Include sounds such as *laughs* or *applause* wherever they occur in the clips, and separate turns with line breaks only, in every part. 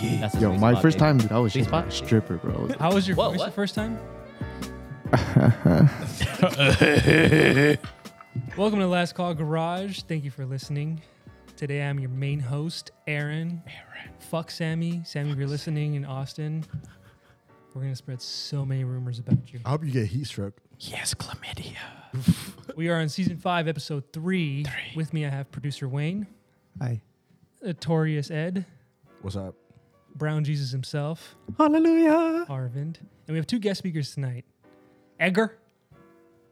That's the
Yo,
sweet
my
spot,
first
baby.
time, dude, I was
Sweet
just like a
spot.
stripper, bro.
How was your
Whoa,
voice the
what?
first *laughs* time? Welcome to Last Call Garage. Thank you for listening. Today I'm your main host, Aaron. Aaron. Fuck Sammy. Sammy, if you're listening in Austin, we're gonna spread so many rumors about you.
I hope you get heat stroke.
Yes, chlamydia.
We are on season five, episode three. With me I have producer Wayne,
*laughs*
Hi.
Notorious Ed,
What's up?
Brown Jesus himself,
Hallelujah.
Arvind, and we have two guest speakers tonight. Edgar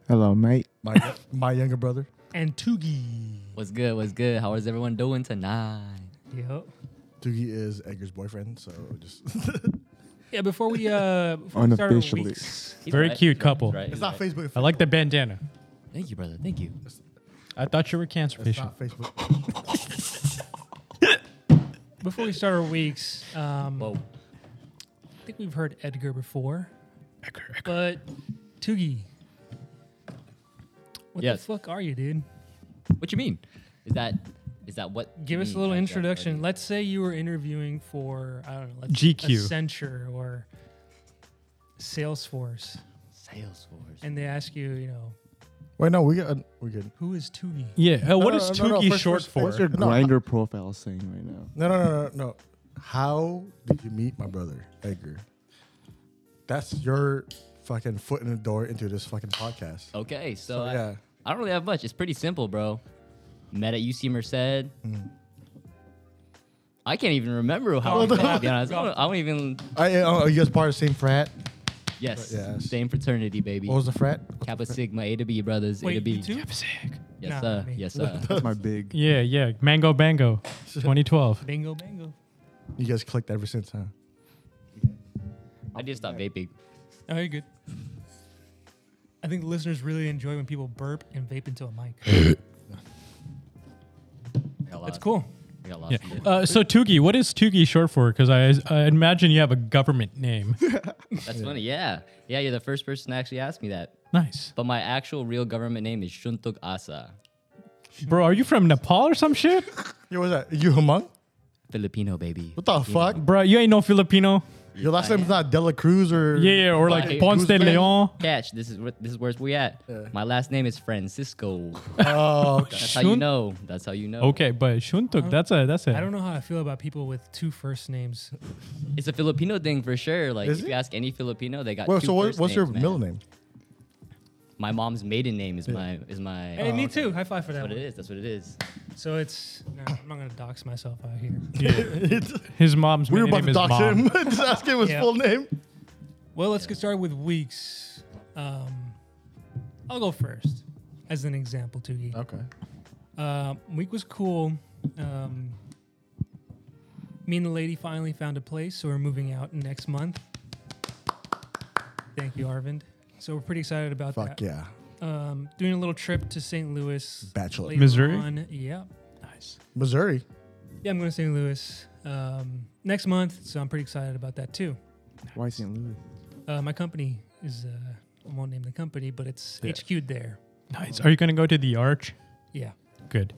Hello, mate.
My *laughs* my younger brother.
and Toogie.
What's good? What's good? How is everyone doing tonight?
Yep.
Doogie is Edgar's boyfriend, so just *laughs*
Yeah, before we uh before we start our
Unofficially.
weeks,
He's
Very
right.
cute
He's right.
couple.
He's right.
it's
He's
not
right.
Facebook.
I like the bandana.
Thank you, brother. Thank you.
I thought you were cancer
It's
patient.
not Facebook.
before we start our weeks, um,
Whoa.
I think we've heard Edgar before. But Toogie, what
Yes.
the fuck are you, dude?
What you mean? Is that is that what? you
Give us a
mean
little
by that?
introduction. Let's say you were interviewing for I don't know, let's
GQ.
Accenture, or Salesforce,
Salesforce.
and they ask you, you know,
Wait, no, we got uh, we good.
who is Toogie?
Yeah. Uh, what
No,
is
no, no, no,
Tukey
first-
short
first-
for?
first
Your
No, I-
uh,
grinder profile saying right now.
No, no, no, no, no. How did you meet my brother Edgar? That's your fucking foot in the door into this fucking podcast.
Okay, so,
So,
I,
yeah.
I don't really have much. It's pretty simple, bro. Met at UC Merced.
Mm-hmm.
I can't even remember how we met, to be honest. I don't, I don't even.
I, oh, you guys part of the same frat?
Yes,
Yes.
same fraternity, baby.
What was the frat?
Kappa Sigma A to B brothers. A to
Wait,
B.
you too?
Yes,
Nah,
sir.
me.
Yes, sir.
That's my
*laughs*
big.
Yeah, yeah. Mango Bango
*laughs*
2012.
Bingo, bingo.
You guys clicked ever since, huh?
I just
*laughs*
stopped vaping.
Oh, you're good. I think listeners really enjoy when people burp and vape into a mic.
I got
That's
lost.
cool.
I got
Yeah.
lost. in it.
Uh, so Tukey, what is Tukey short for? Because I, I imagine you have a
*laughs*
government name.
That's funny. Yeah, yeah. You're the first person to actually ask me that.
nice,
But my actual real government name is Shuntuk Asa,
bro. Are you from Nepal or some shit,
Yo, what's that? You Hmong?
Filipino baby.
What the fuck?
bro? You ain't no Filipino.
Your last name's not Dela Cruz or
Yeah, yeah. Or like
Like
Ponce de
Guzman?
Leon.
Catch. This is where, this is where we at. My last name is Francisco. *laughs*
Oh, okay.
That's how you
Shun-
know. That's how you know.
Okay, but Shuntuk, that's a that's a.
I don't know how I feel about people with two first names.
It's a Filipino thing for sure. Like
Is
if
it?
you ask any Filipino, they got.
Well,
two
so what,
first
what's your
names, man.
middle name?
My mom's maiden name is my is my. oh,
Hey, me too. High five for that.
That's what
one.
it is. That's what it is.
So it's. Nah, I'm not gonna dox myself out here.
*laughs*
His mom's
We were
maiden
about
name
to
is
dox
Mom.
him. *laughs* Just ask him his
Yeah.
full name.
Well, let's get started with weeks. Um, I'll go first as an example, Toogie.
Okay.
Uh-huh.
Um, week was cool. Um, me and the lady finally found a place, so we're moving out next month. Thank you, Arvind. So we're pretty excited about
Fuck
that.
yeah.
Um, doing a little trip to St. Louis.
Bachelor.
later
Missouri?
on. Yeah.
Missouri.
Yeah, I'm going to St. Louis um, next month, so I'm pretty excited about that too.
Why St. Louis?
Uh, my company is, uh, I won't name the company, but it's
Yeah.
HQ'd there.
*laughs* Nice. Are you gonna go to the Arch?
Yeah.
Good.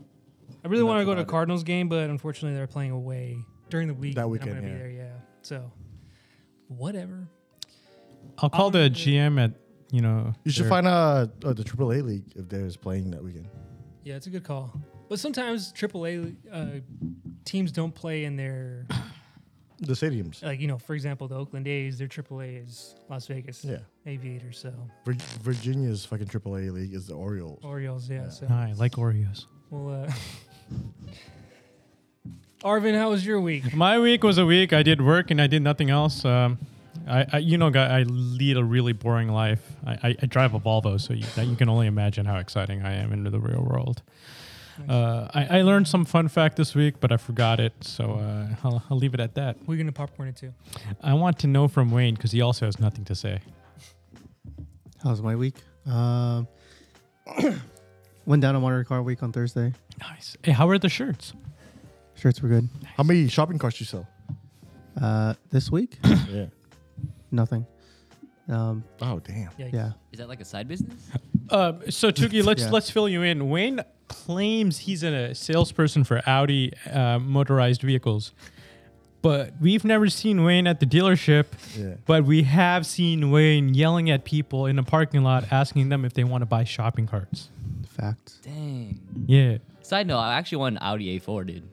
I really want to
that's
go to a
about it.
Cardinals game, but unfortunately they're playing away during the week.
That
and
weekend,
I'm gonna
yeah.
be there, yeah. So, whatever.
I'll call the
Um,
GM at you know.
You should
their-
find uh, uh the AAA league if there's playing that weekend.
Yeah, it's a good call. But sometimes AAA uh, teams don't play in their,
The stadiums.
like, you know, for example, the Oakland A's, their AAA is Las Vegas
Yeah.
Aviators. So,
Vir- Virginia's fucking AAA league is the Orioles.
Orioles, yeah. So,
Ah, I like Oreos.
Well, uh, *laughs* Arvin, how was your week?
My week was a week. I did work and I did nothing else. Um, I, I you know, guy, I lead a really boring life. I, I, I drive a Volvo, so you, that you can only imagine how exciting I am into the real world. Uh, I, I learned some fun fact this week, but I forgot it, so uh, I'll, I'll leave it at that.
We're gonna popcorn it too.
I want to know from Wayne because he also has nothing to say.
How's my week?
*coughs*
Um, went down on Monterey Car Week on Thursday.
Nice. Hey, how are the shirts?
Shirts were good.
How many shopping carts you
*coughs*
sell?
Uh, this week, *coughs*
yeah.
nothing. Um,
Oh damn.
Yikes.
yeah,
Is that like a side business?
Uh, so Tuki, let's
Yeah.
let's fill you in. Wayne claims he's a salesperson for Audi uh, motorized vehicles, But we've never seen Wayne at the dealership,
Yeah.
but we have seen Wayne yelling at people in a parking lot, asking them if they want to buy shopping carts.
Fact.
Dang.
Yeah.
Side note, I actually won an Audi A4, dude.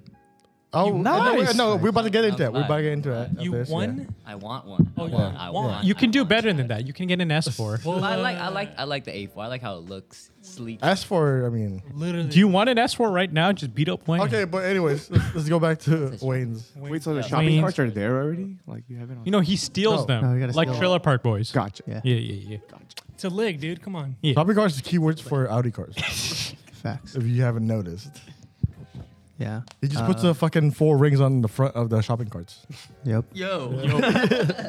Oh,
Nice.
no, no, we're about to get into
I'm
that. We're about to get into that.
You
This, yeah.
won?
I want one.
Oh,
I
you
want,
want
I
one.
want.
You
I
can do
want.
better than that. You can get an S4.
Well, I like I like I like the A4. I like how it looks sleek.
As for, I mean,
Literally.
Do you want an S4 right now? Just beat up Wayne.
okay, but anyways, let's, let's go back to Wayne's.
Wait, so the
Yeah.
shopping
Wayne's-
carts are there already? Like you haven't.
You know, he
No.
steals them
No, you gotta
like
steal
Trailer Park Boys.
gotcha.
Yeah.
Yeah, yeah, yeah.
It's a leg, dude. Come on.
Yeah.
Shopping carts is keywords for Audi cars.
Facts.
if you haven't noticed,
Yeah.
he just
Uh,
puts the fucking four rings on the front of the shopping carts.
Yep.
Yo.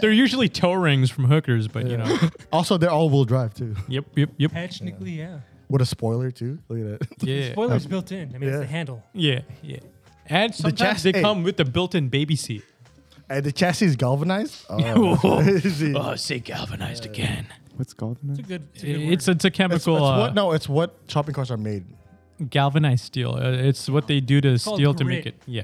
They're usually toe rings from hookers, but you
Yeah.
know.
Also, they're all-wheel drive too,
Yep, yep, yep.
Technically, yeah.
with a spoiler too. Look at that. *laughs*
Yeah, Um,
Spoilers built in. I mean,
Yeah.
it's the handle.
yeah, yeah. And sometimes
chas-
they
hey.
come with the built-in baby seat.
And the chassis is galvanized. Oh, that's crazy.
say galvanized again.
What's
It's a
galvanized?
good. It's a good word.
It's it's a chemical
It's, it's what?
uh,
No, it's what shopping carts are made.
galvanized steel. Uh, it's what they do to
called
steel to make
grit.
it. Yeah.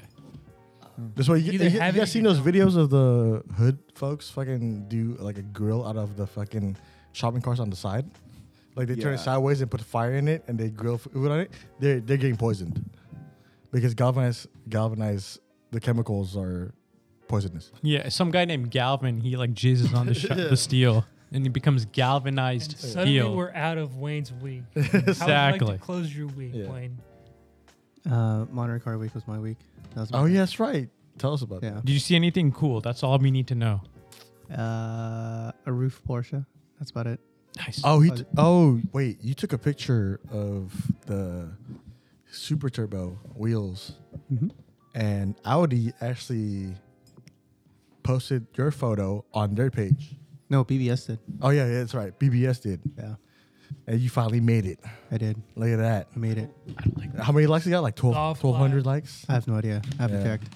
That's why you,
Either
you, you
have it or
guys seen
you
those videos of the hood folks fucking do like a grill out of the fucking shopping carts on the side. Like they turn it
Yeah.
sideways and put fire in it and they grill food on it. They're they're getting poisoned because galvanized galvanized the chemicals are poisonous.
Yeah, some guy named Galvin, he like jizzes on the sh- the steel and it becomes galvanized
Suddenly,
steel.
we're out of Wayne's
*laughs*
week. How would you
Exactly.
like to close your week,
Yeah.
Wayne?
Uh, Monterey Car Week was my week. That was my
Oh yeah, that's right. Tell us about
Yeah.
Did you see anything cool? That's all we need to know.
Uh, a roof Porsche. That's about it.
Nice.
that. Oh he t- oh wait, you took a picture of the super turbo wheels
Mhm.
and Audi actually posted your photo on their page.
No, BBS did.
Oh yeah, yeah, that's right. BBS did,
Yeah,
and you finally made it.
I did.
Look at that.
I made it.
I don't like that.
How many likes you got? Like 12,
Soft
1,200 likes.
I have no idea. I haven't
Yeah.
checked.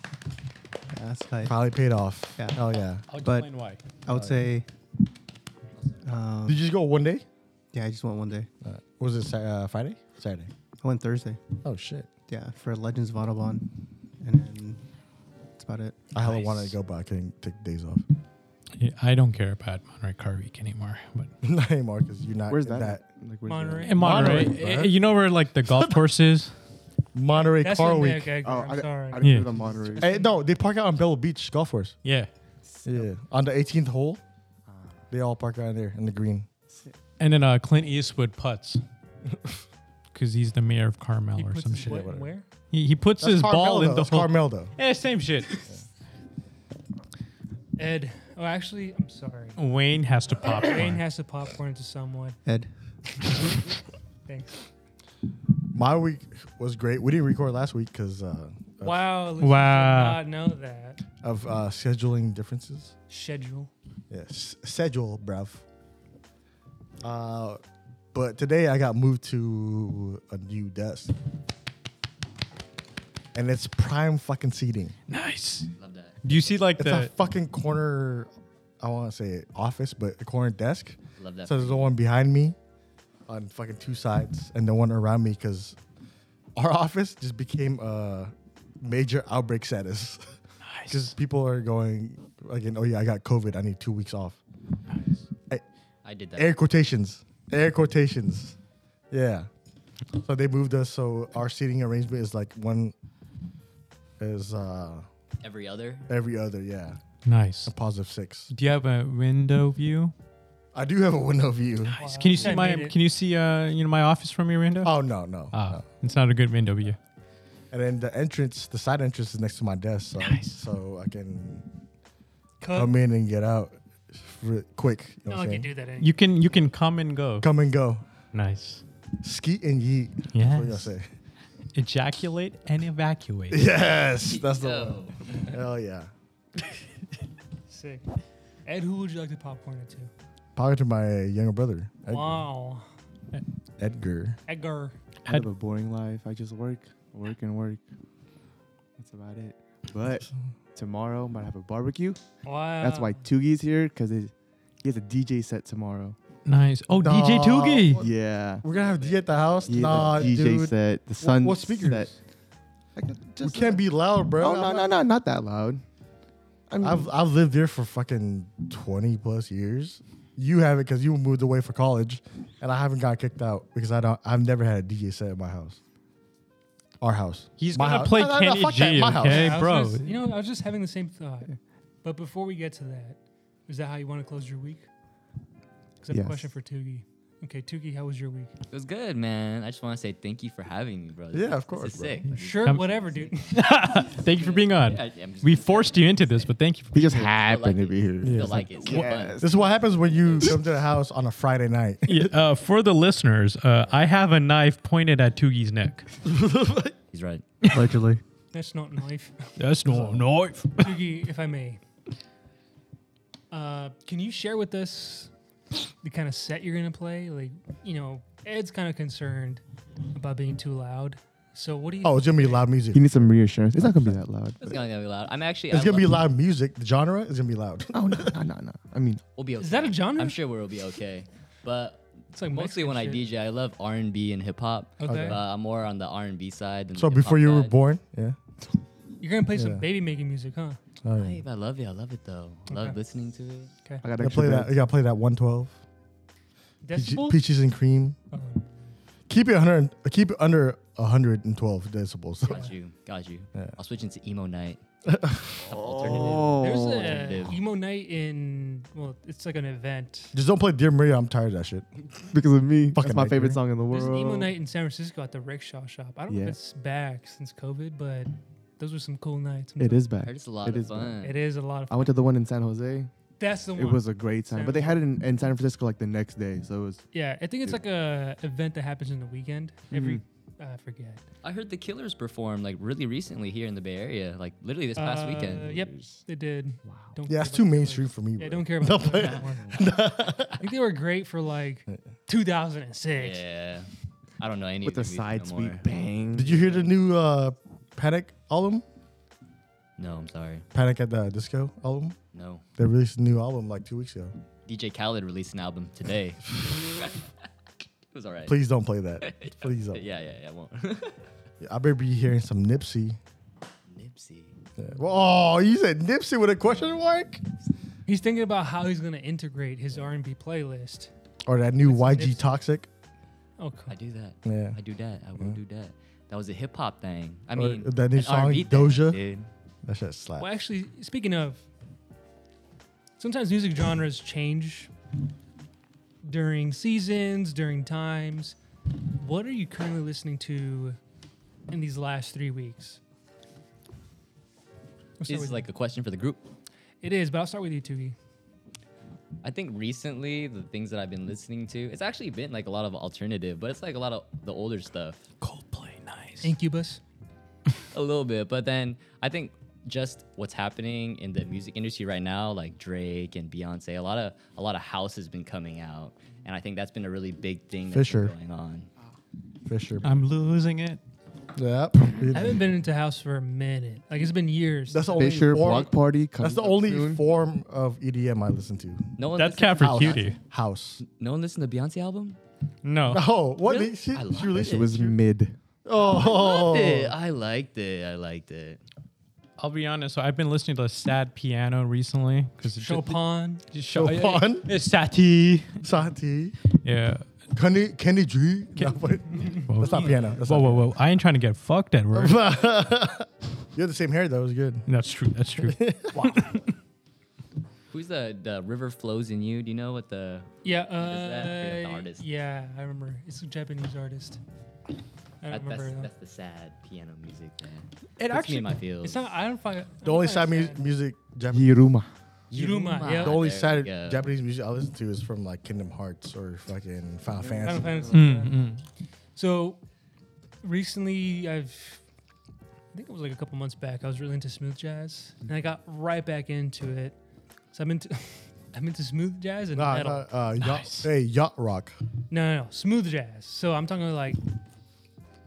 Yeah, that's tight.
Finally paid off.
Yeah.
Oh yeah.
I'll
But-
explain why.
I would say. Um,
Did you just go one day?
yeah, I just went one day.
Uh, was it Sa- uh, Friday? Saturday.
I went Thursday.
Oh shit.
Yeah, for Legends of Autobahn, and then that's about it.
I hella
Nice.
wanted to go, but I couldn't take days off. *laughs*
Yeah, I don't care about Monterey Car Week anymore. But
Not anymore because you're not
Where's
in
that? at? Like, where's
Monterey.
in Monterey,
Monterey,
eh,
right?
you know where like the golf course is?
Monterey
That's
Car
in
Week.
There, Edgar.
Oh,
I'm
I,
sorry.
I didn't
Yeah.
hear the Monterey.
Hey, Eh, no, they park out on Bella Beach Golf Course.
Yeah.
Yeah, on the 18th hole,
Uh,
they all park out there in the green.
And then uh, Clint Eastwood *laughs* putts because he's the mayor of Carmel
He
or
puts
some
his
shit.
what- Where?
He, he puts his
Carmel,
ball
though.
in the
That's
hole.
Carmel though.
Yeah, same shit.
Ed. Oh, actually, I'm sorry.
Wayne has to pop.
Wayne
one.
has to popcorn to
*laughs*
someone.
Ed,
Thanks.
My week was great. We didn't record last week because uh, of-
Wow. listeners
Wow.
Did not know that
of uh, scheduling differences.
schedule.
Yes, schedule, bruv. Uh, but today I got moved to a new desk, and it's prime fucking seating.
nice.
Love that.
Do you see like
It's
the?
a fucking corner. I want to say it, office, but a corner desk.
Love that.
So there's the one behind me, on fucking two sides, and the one around me because our *laughs* office just became a major outbreak status. *laughs* Because
nice.
people are going like, oh yeah, I got COVID. I need two weeks off.
I did that.
Air quotations. Air quotations. Yeah. So they moved us. So our seating arrangement is like one is uh
Every other.
every other. Yeah.
Nice.
A positive six.
Do you have a window view?
I do have a window view.
Nice. Can you see
I
my?
made it.
Can you see uh you know my office from your window?
Oh no no.
Ah,
no.
it's not a good window view.
And then the entrance, the side entrance is next to my desk. So,
Nice.
so I can
Cut.
come in and get out r- quick. You
no
know what
one can
I'm saying?
do that eh? anymore.
You can you can come and go.
Come and go.
Nice.
Skeet and yeet. That's what you
Yes.
say.
Ejaculate and evacuate.
Yes. That's the
Yo.
one. Hell yeah.
Sick. Ed, who would you like to popcorn it to?
Probably to my younger brother, Edgar.
Wow.
Edgar.
Edgar.
I live a boring life. I just work, work, and work. That's about it. But tomorrow, I'm gonna have a barbecue.
Wow.
That's why Toogie's here because he has a DJ set tomorrow.
Nice. Oh, DJ
No.
Toogie.
Yeah.
We're gonna have D at the house.
He has a
nah,
DJ
dude.
set. The
Wh-
sun.
what speakers?
Set. I got
We
just-
can't be loud, bro.
Oh no no no! Not that loud.
I mean,
I've I've lived here for fucking twenty plus years. You haven't because you moved away for college, and I haven't got kicked out because I don't. I've never had a DJ set at my house. Our house.
He's
My
gonna
house.
play
No, no, no,
Kenny
fuck that,
G,
my house.
okay,
I was
bro.
just- you know, I was just having the same thought. But before we get to that, is that how you want to close your week? Because I have
Yes.
a question for Tugi. Okay, Tugi, how was your week?
It was good, man. I just want to say thank you for having me, bro.
Yeah,
This-
of course,
This is
bro.
sick. Like,
Sure,
Um,
whatever, dude. *laughs*
thank you for being on.
yeah, I'm just-
We forced you into this, but thank you. For
We just
Still
happen
like
to
it.
be here.
Still like it. Still fun.
Yes.
This is what happens when you come to the house on a Friday night. *laughs*
Yeah, uh, for the listeners, uh, I have a knife pointed at Tugi's neck.
He's right.
*laughs*
allegedly.
That's not *laughs* knife.
That's no knife.
Tugi, if I may, uh, can you share with us the kind of set you're gonna play? Like, you know, Ed's kind of concerned about being too loud. So what do you?
Oh, it's gonna be loud music.
You need some reassurance. It's not gonna be that loud.
It's not gonna be loud. I'm actually.
It's
I
gonna be
love-
loud music. The genre is gonna be loud. *laughs*
Oh no, no, no, no. I mean,
We'll be okay.
Is that a genre?
I'm sure we'll be okay. But
It's like
mostly
Mexican
when I
shit.
DJ, I love R and B and hip hop.
Okay.
But I'm more on the R and B side. Than
So
the
before
hip-hop
you were
side.
born, yeah.
You're gonna play
Yeah.
some baby making music, huh?
Oh, yeah.
Babe, I love it. I love it though. I love
Okay.
listening to it.
I got
You gotta
extra
play that.
beds.
You gotta play that 112. Peaches-
Decibel.
Peaches and cream.
Oh,
Keep it 100. Keep it under 112 decibels. *laughs*
Got you. Got you.
Yeah.
I'll switch into emo night.
There's
Alternative.
a emo night in well, it's like an event.
Just don't play Dear Maria. I'm tired of that shit.
because of me.
Fucking
That's my favorite
nightmare.
song in the world.
There's an emo night in San Francisco at the Rickshaw Shop. I don't know
Yeah.
if it's back since COVID, but those were some cool nights.
It
*laughs*
is
I
back.
heard it's a lot
It
of
is bad.
fun.
It is a lot of.
I went to the one in San Jose.
That's the one.
It was a great time,
San
but they had it in, in San Francisco like the next day, so it was.
Yeah, I think it's like a event that happens in the weekend. Every I forget.
I heard the Killers perform like really recently here in the Bay Area, like literally this past
Uh,
weekend.
Yep, they did. Wow. Don't
Yeah,
care
it's
about
too
the Killers.
mainstream for me.
Yeah,
bro.
I don't care about. the Killers anymore. I think they were great for like 2006.
Yeah. I don't know any
With
of
the
their music
side
no
sweep
more.
bang.
Did you hear the new uh, Panic album?
No, I'm sorry.
Panic at the Disco album.
No.
They released a new album like two weeks ago.
DJ Khaled released an album today. *laughs* it was all right.
Please don't
*laughs*
play that. Please don't.
Yeah, yeah, yeah. I won't. *laughs*
I better be hearing some Nipsey.
Nipsey.
Yeah. Oh, you said Nipsey with a question mark?
He's thinking about how he's gonna integrate his R&B playlist.
Or that new
some
YG
Nipsey.
Toxic?
Oh,
I
cool.
do that.
Yeah.
I do that. I will do that. That was a hip hop thing. I
Or
mean,
that new
an
song,
R&B thing,
Doja.
dude.
That shit slaps.
Well, actually, speaking of, sometimes music genres change during seasons, during times. What are you currently listening to in these last three weeks? I'll start
This is
with
like a question for the group.
you. it is, but I'll start with you, Tugi.
I think recently the things that I've been listening to, it's actually been like a lot of alternative, but it's like a lot of the older stuff.
Coldplay, nice.
Incubus.
a little bit but then i think just what's happening in the music industry right now like drake and beyonce a lot of a lot of house has been coming out and i think that's been a really big thing that's
Fisher.
been going on
Fisher.
uh,
I'm losing it.
Yep.
I haven't been into house for a minute. Like it's been years.
That's the only
Fisher
form-
Block Party?
That's
coming
the
up
only
soon.
form of EDM I listen to.
no one
That's
listened
Cat for
House.
Cutie.
House. *laughs*
no one listened to beyonce album
*laughs* No.
Oh, what?
Really?
She,
I love
she released
It was mid.
Oh,
Eh, i liked it i liked it
I'll be honest. So I've been listening to sad piano recently because
Chopin.
Chopin?
*laughs* It's Satie.
Sati.
Yeah.
Kenny, Kenny G. No, wait. that's not piano. That's
Whoa,
not
whoa, whoa! I ain't trying to get fucked at *laughs* work.
*laughs* You had the same hair. That was good.
that's true. That's *laughs* true.
who's the the river flows in you do you know what the
Yeah.
that? I forget the
Uh,
artist.
yeah, I remember. It's a Japanese artist. I don't
that-
remember.
that's,
though.
that's the sad piano music man.
It
Puts me in my feels
It's not. I don't find
The only sad mu- music, Japanese,
Yiruma.
Yuruma,
Yuruma.
yeah.
the only
There we
sad
go.
Japanese music I listen to is from like Kingdom Hearts or fucking
Final
Final Fantasy.
Fantasy.
Mm,
yeah.
mm.
So recently, I've I think it was like a couple months back. I was really into smooth jazz, and I got right back into it. So I'm into *laughs* I'm into smooth jazz and
Nah, nah,
metal.
uh, yacht,
Nice.
Hey, yacht rock.
No, no, no, smooth jazz. So I'm talking like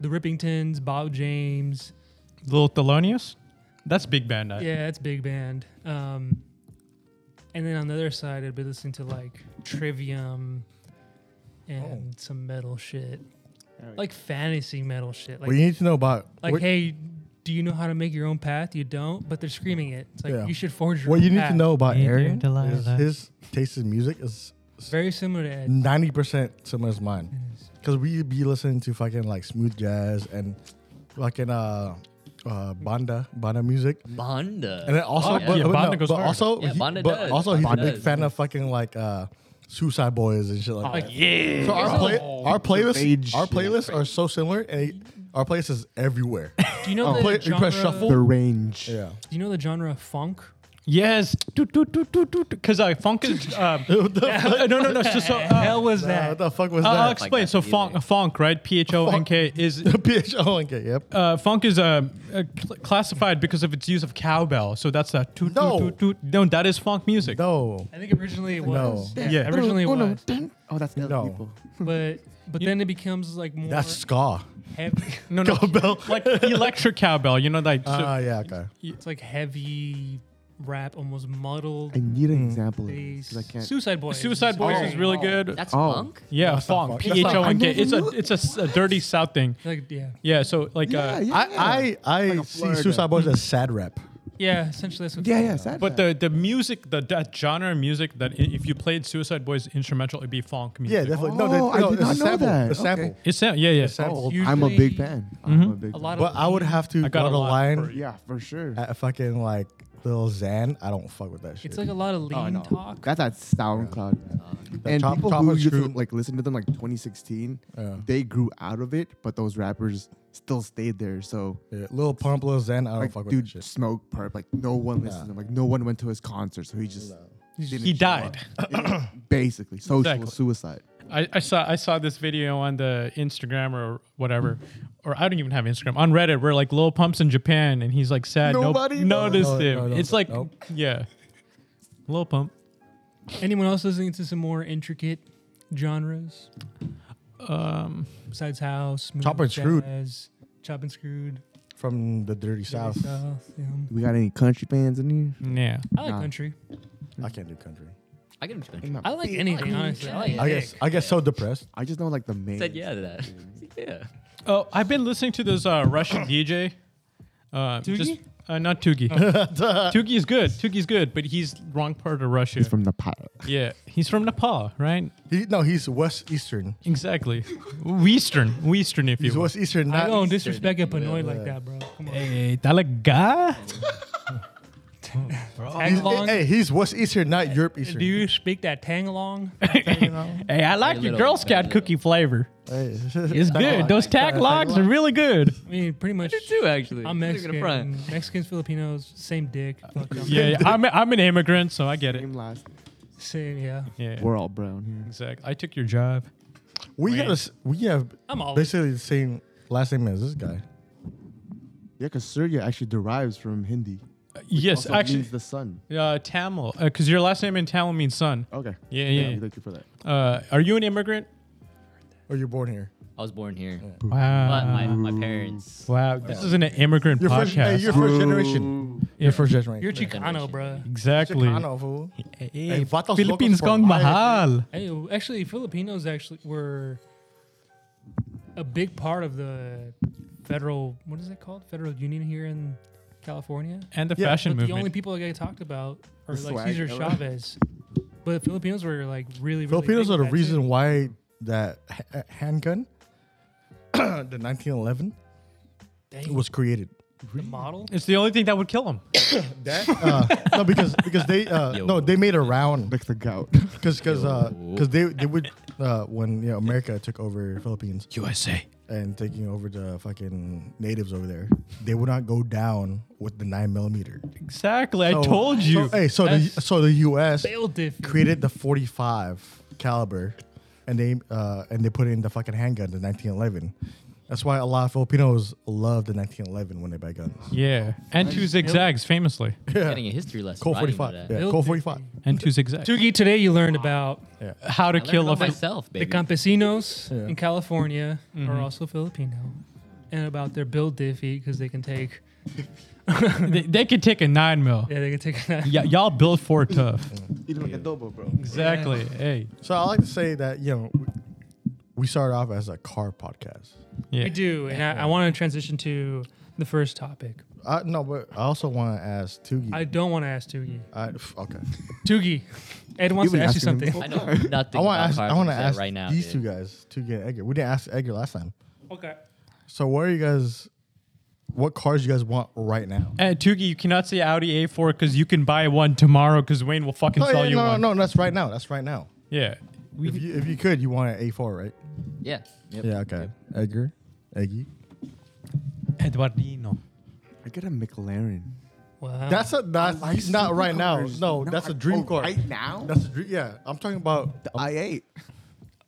the Rippingtons, Bob James.
Little Thelonious. That's big band. I-
Yeah, it's big band. Um, and then on the other side, I'd be listening to like Trivium and
Oh.
some metal shit, like fantasy metal shit. Like
what you need to know about
Like,
what,
hey, do you know how to make your own path? You don't, but they're screaming it. It's like
Yeah.
you should forge your
What
own
you need
path.
to know about
Maybe
Aaron is
Delilah.
his taste in music is
Very similar to Ed.
ninety percent similar to mine. Cause we be listening to fucking like smooth jazz and fucking uh uh banda banda music.
Banda.
And then also,
Oh,
but,
yeah,
but
Banda
no,
goes
but
hard.
also,
Yeah,
he-
Banda
but
does.
also, he's
Banda
a big
does.
fan of fucking like uh, Suicide Boys and shit like that.
yeah.
So our play, our
beige
playlists, our
shit.
playlists are so similar, and it- our playlists is everywhere.
Do you know the
Oh. Play- you
genre?
press shuffle.
The range.
yeah,
Do you know the genre funk?
Yes. Because uh,
*laughs*
funk is. Um, *laughs* no, no, no. So, so
The
uh,
hell was
Uh, what
that?
the fuck was
I'll- I'll
that?
explain. So
either.
funk, funk, right? P H O N K is
*laughs* The PH oh, okay, yep.
uh, funk is uh, uh, cl- classified because of its use of cowbell. So that's a toot,
No.
toot, toot, toot. No, that is funk music.
No,
I think originally it
No.
was.
Yeah.
Originally it was,
Oh, that's the
No.
other people.
but but then it becomes like more
that's ska. *laughs*
heavy.
No, no.
Cowbell.
Like *laughs* electric cowbell. You know, like so-
Ah, yeah, okay.
It's like heavy rap, almost muddled.
I need
Mm.
an example of this 'cause I
bass.
can't.
Suicide Boys.
Suicide Boys is really good.
That's
Oh.
funk.
Yeah,
That's not
funk.
funk. That's
P H
not-
O N K.
I
It's a
never
it's a, s- a dirty South thing.
Like yeah,
Yeah. So like.
yeah, yeah,
uh,
yeah.
I I, I
Like a
see
Florida.
Suicide Boys as sad rap.
yeah. Essentially, that's what
yeah, yeah, sad
But
fact.
the, the music, the that genre of music that i- if you played Suicide Boys instrumental, it'd be funk music.
Yeah, definitely. no,
Oh,
they, no,
I did
it's a
not know
sample.
that.
A sample.
Okay.
It's sound, yeah, yeah.
sample.
Usually
I'm a big fan.
Mm-hmm.
I'm a big
Oh, A lot
fan. Uh,
of
But I would have to
I got
go
a
to
lot for
line
you.
Yeah, for sure.
at fucking like Lil Xan. I don't fuck with that shit.
It's like a lot of lean
Oh, no.
talk.
That's at SoundCloud.
That
and
Chop-
people
Chop
who
and
used to
Screw-
like listen to them like 2016,
Yeah.
they grew out of it, but those rappers still stayed there. So
Yeah, Lil Pump, Lil Xan, I don't
like,
fuck with
dude,
that shit.
Smoke Perp, like no one listened to him. Like no one went to his concert, so he just didn't
He
show up.
died.
Yeah,
*clears throat*
basically, social
Exactly.
suicide.
I, I saw I saw this video on the Instagram or whatever, or I don't even have Instagram on Reddit where like Lil Pump's in Japan and he's like sad.
Nobody
no,
knows.
noticed
No,
him.
no, no,
it's like
nope.
yeah, Lil Pump.
Anyone else listening to some more intricate genres
Um,
besides house? smooth
Chop and screwed.
jazz, Chop and screwed.
From the Dirty
Dirty
South.
South, yeah.
We got any country fans in here?
yeah.
I like
Nah.
country.
I can't do country.
I get him.
I like anything, honestly. I like
I guess I get so depressed.
I just know like the main.
Said yeah to *laughs* that. yeah.
Oh, I've been listening to this uh, Russian *coughs* DJ. Uh, Just, uh, not *laughs* Tugi. Tugi's good. Tugi's good, but he's wrong part of Russia.
He's from the pot.
yeah, he's from Nepal, right?
He, no, he's West Eastern.
Exactly. Western, Western, if
He's
you will.
West Eastern.
I
Not
don't disrespect a Pinoy like that, bro. Come on.
Hey, talaga?
He's,
Tagalog?
hey, he's West Eastern, not Europe Eastern.
Do
*laughs*
you speak that tang along?
*laughs* Hey, I like your
little,
Girl
very
Scout
little.
cookie flavor.
Hey.
It's good. Those tag logs are really good.
I mean, pretty much.
Two actually.
I'm
Just looking
Mexican.
up front.
Mexicans, Filipinos, same dick. Fuck 'em.
Yeah, yeah, I'm, I'm an immigrant, so I get it.
Same last.
Same, yeah.
Yeah,
We're all brown here.
exactly. I took your job.
we got a s we have
I'm all.
basically the same last name as this guy.
Yeah, because Surya actually derives from Hindi.
yes,
Also
actually,
means the sun.
uh, Tamil, because your last name in Tamil means son.
Okay.
Yeah, yeah, yeah.
Thank you for that.
Uh, are you an immigrant?
Or Oh, you're born here.
I was born here, but my,
Wow.
my
Um,
parents.
Wow. This is an immigrant
You're first, hey,
podcast.
you're first generation. You're first generation.
You're Chicano, bro.
exactly.
Chicano, fool.
Hey,
Hey, vatos
Philippines
locos por
gong
life.
mahal.
Hey, actually, Filipinos actually were a big part of the federal. What is it called? Federal Union here in California.
And the
Yeah,
fashion
But the
movement.
only people that get talked about are
The
like
swag
Cesar
era.
Chavez. But Filipinos were like really, really
Filipinos
big
are the
back then.
reason why that ha- handgun, *clears throat* the 1911,
Dang,
was created.
the model.
it's the only thing that would kill him.
That uh, no, because because they uh,
Yo.
no they made a round
Like the *laughs* gout.
because because they they would uh, when you know America took over Philippines
USA.
and taking over the fucking natives over there, they would not go down with the nine millimeter.
Exactly. I
So-
told you.
So, hey, so the
That's-
so the U.S.
Bail diff.
created the 45 caliber and they uh, and they put it in the fucking handgun the 1911 that's why a lot of filipinos love the 1911 when they buy
*laughs*
guns
yeah. And two zigzags, famously.
Getting a history lesson.
*laughs* colt
I didn't know
45
that.
yeah
Built
colt
it.
45
And two zigzags.
Tugi, today you learned about
How
I
to
learned
kill a
about
Fili-
myself,
the
baby.
campesinos
Yeah. Mm-hmm.
in California are also Filipino, and about their bill diffy because they can take.
they, they could take a nine mil.
Yeah, they can take. *laughs*
Yeah, y'all built four tough.
Eating like adobo, bro.
Exactly. Hey.
so i like to say that you know we- we started off as a car podcast
Yeah.
We do, and I, I want to transition to the first topic.
I, no, but I also want to ask Tugi.
I don't want to ask Tugi.
I, pff, okay.
Tugi, Ed wants
been
to ask you
asking him.
something.
I
*laughs*
know nothing.
I want
about
to ask.
cars
I want to
except
ask
right now.
these
dude.
two guys, Tugi and Edgar. We didn't ask Edgar last time.
Okay.
So where are you guys? What cars you guys want right now?
Uh, Tugi, you cannot say Audi A4 because you can buy one tomorrow because Wayne will fucking
No,
sell
Oh, yeah,
you
no,
one.
no, no, that's right now. That's right now.
Yeah. We,
If you, if you could, you want an A4, right?
Yeah. Yep.
Yeah, okay. Edgar, Eggy.
Eduardino.
I got a McLaren.
Wow.
That's a that's
License
not right
cars.
now. No, that's a dream
oh,
car.
Right now?
That's a dream. Yeah, I'm talking about.
I ate.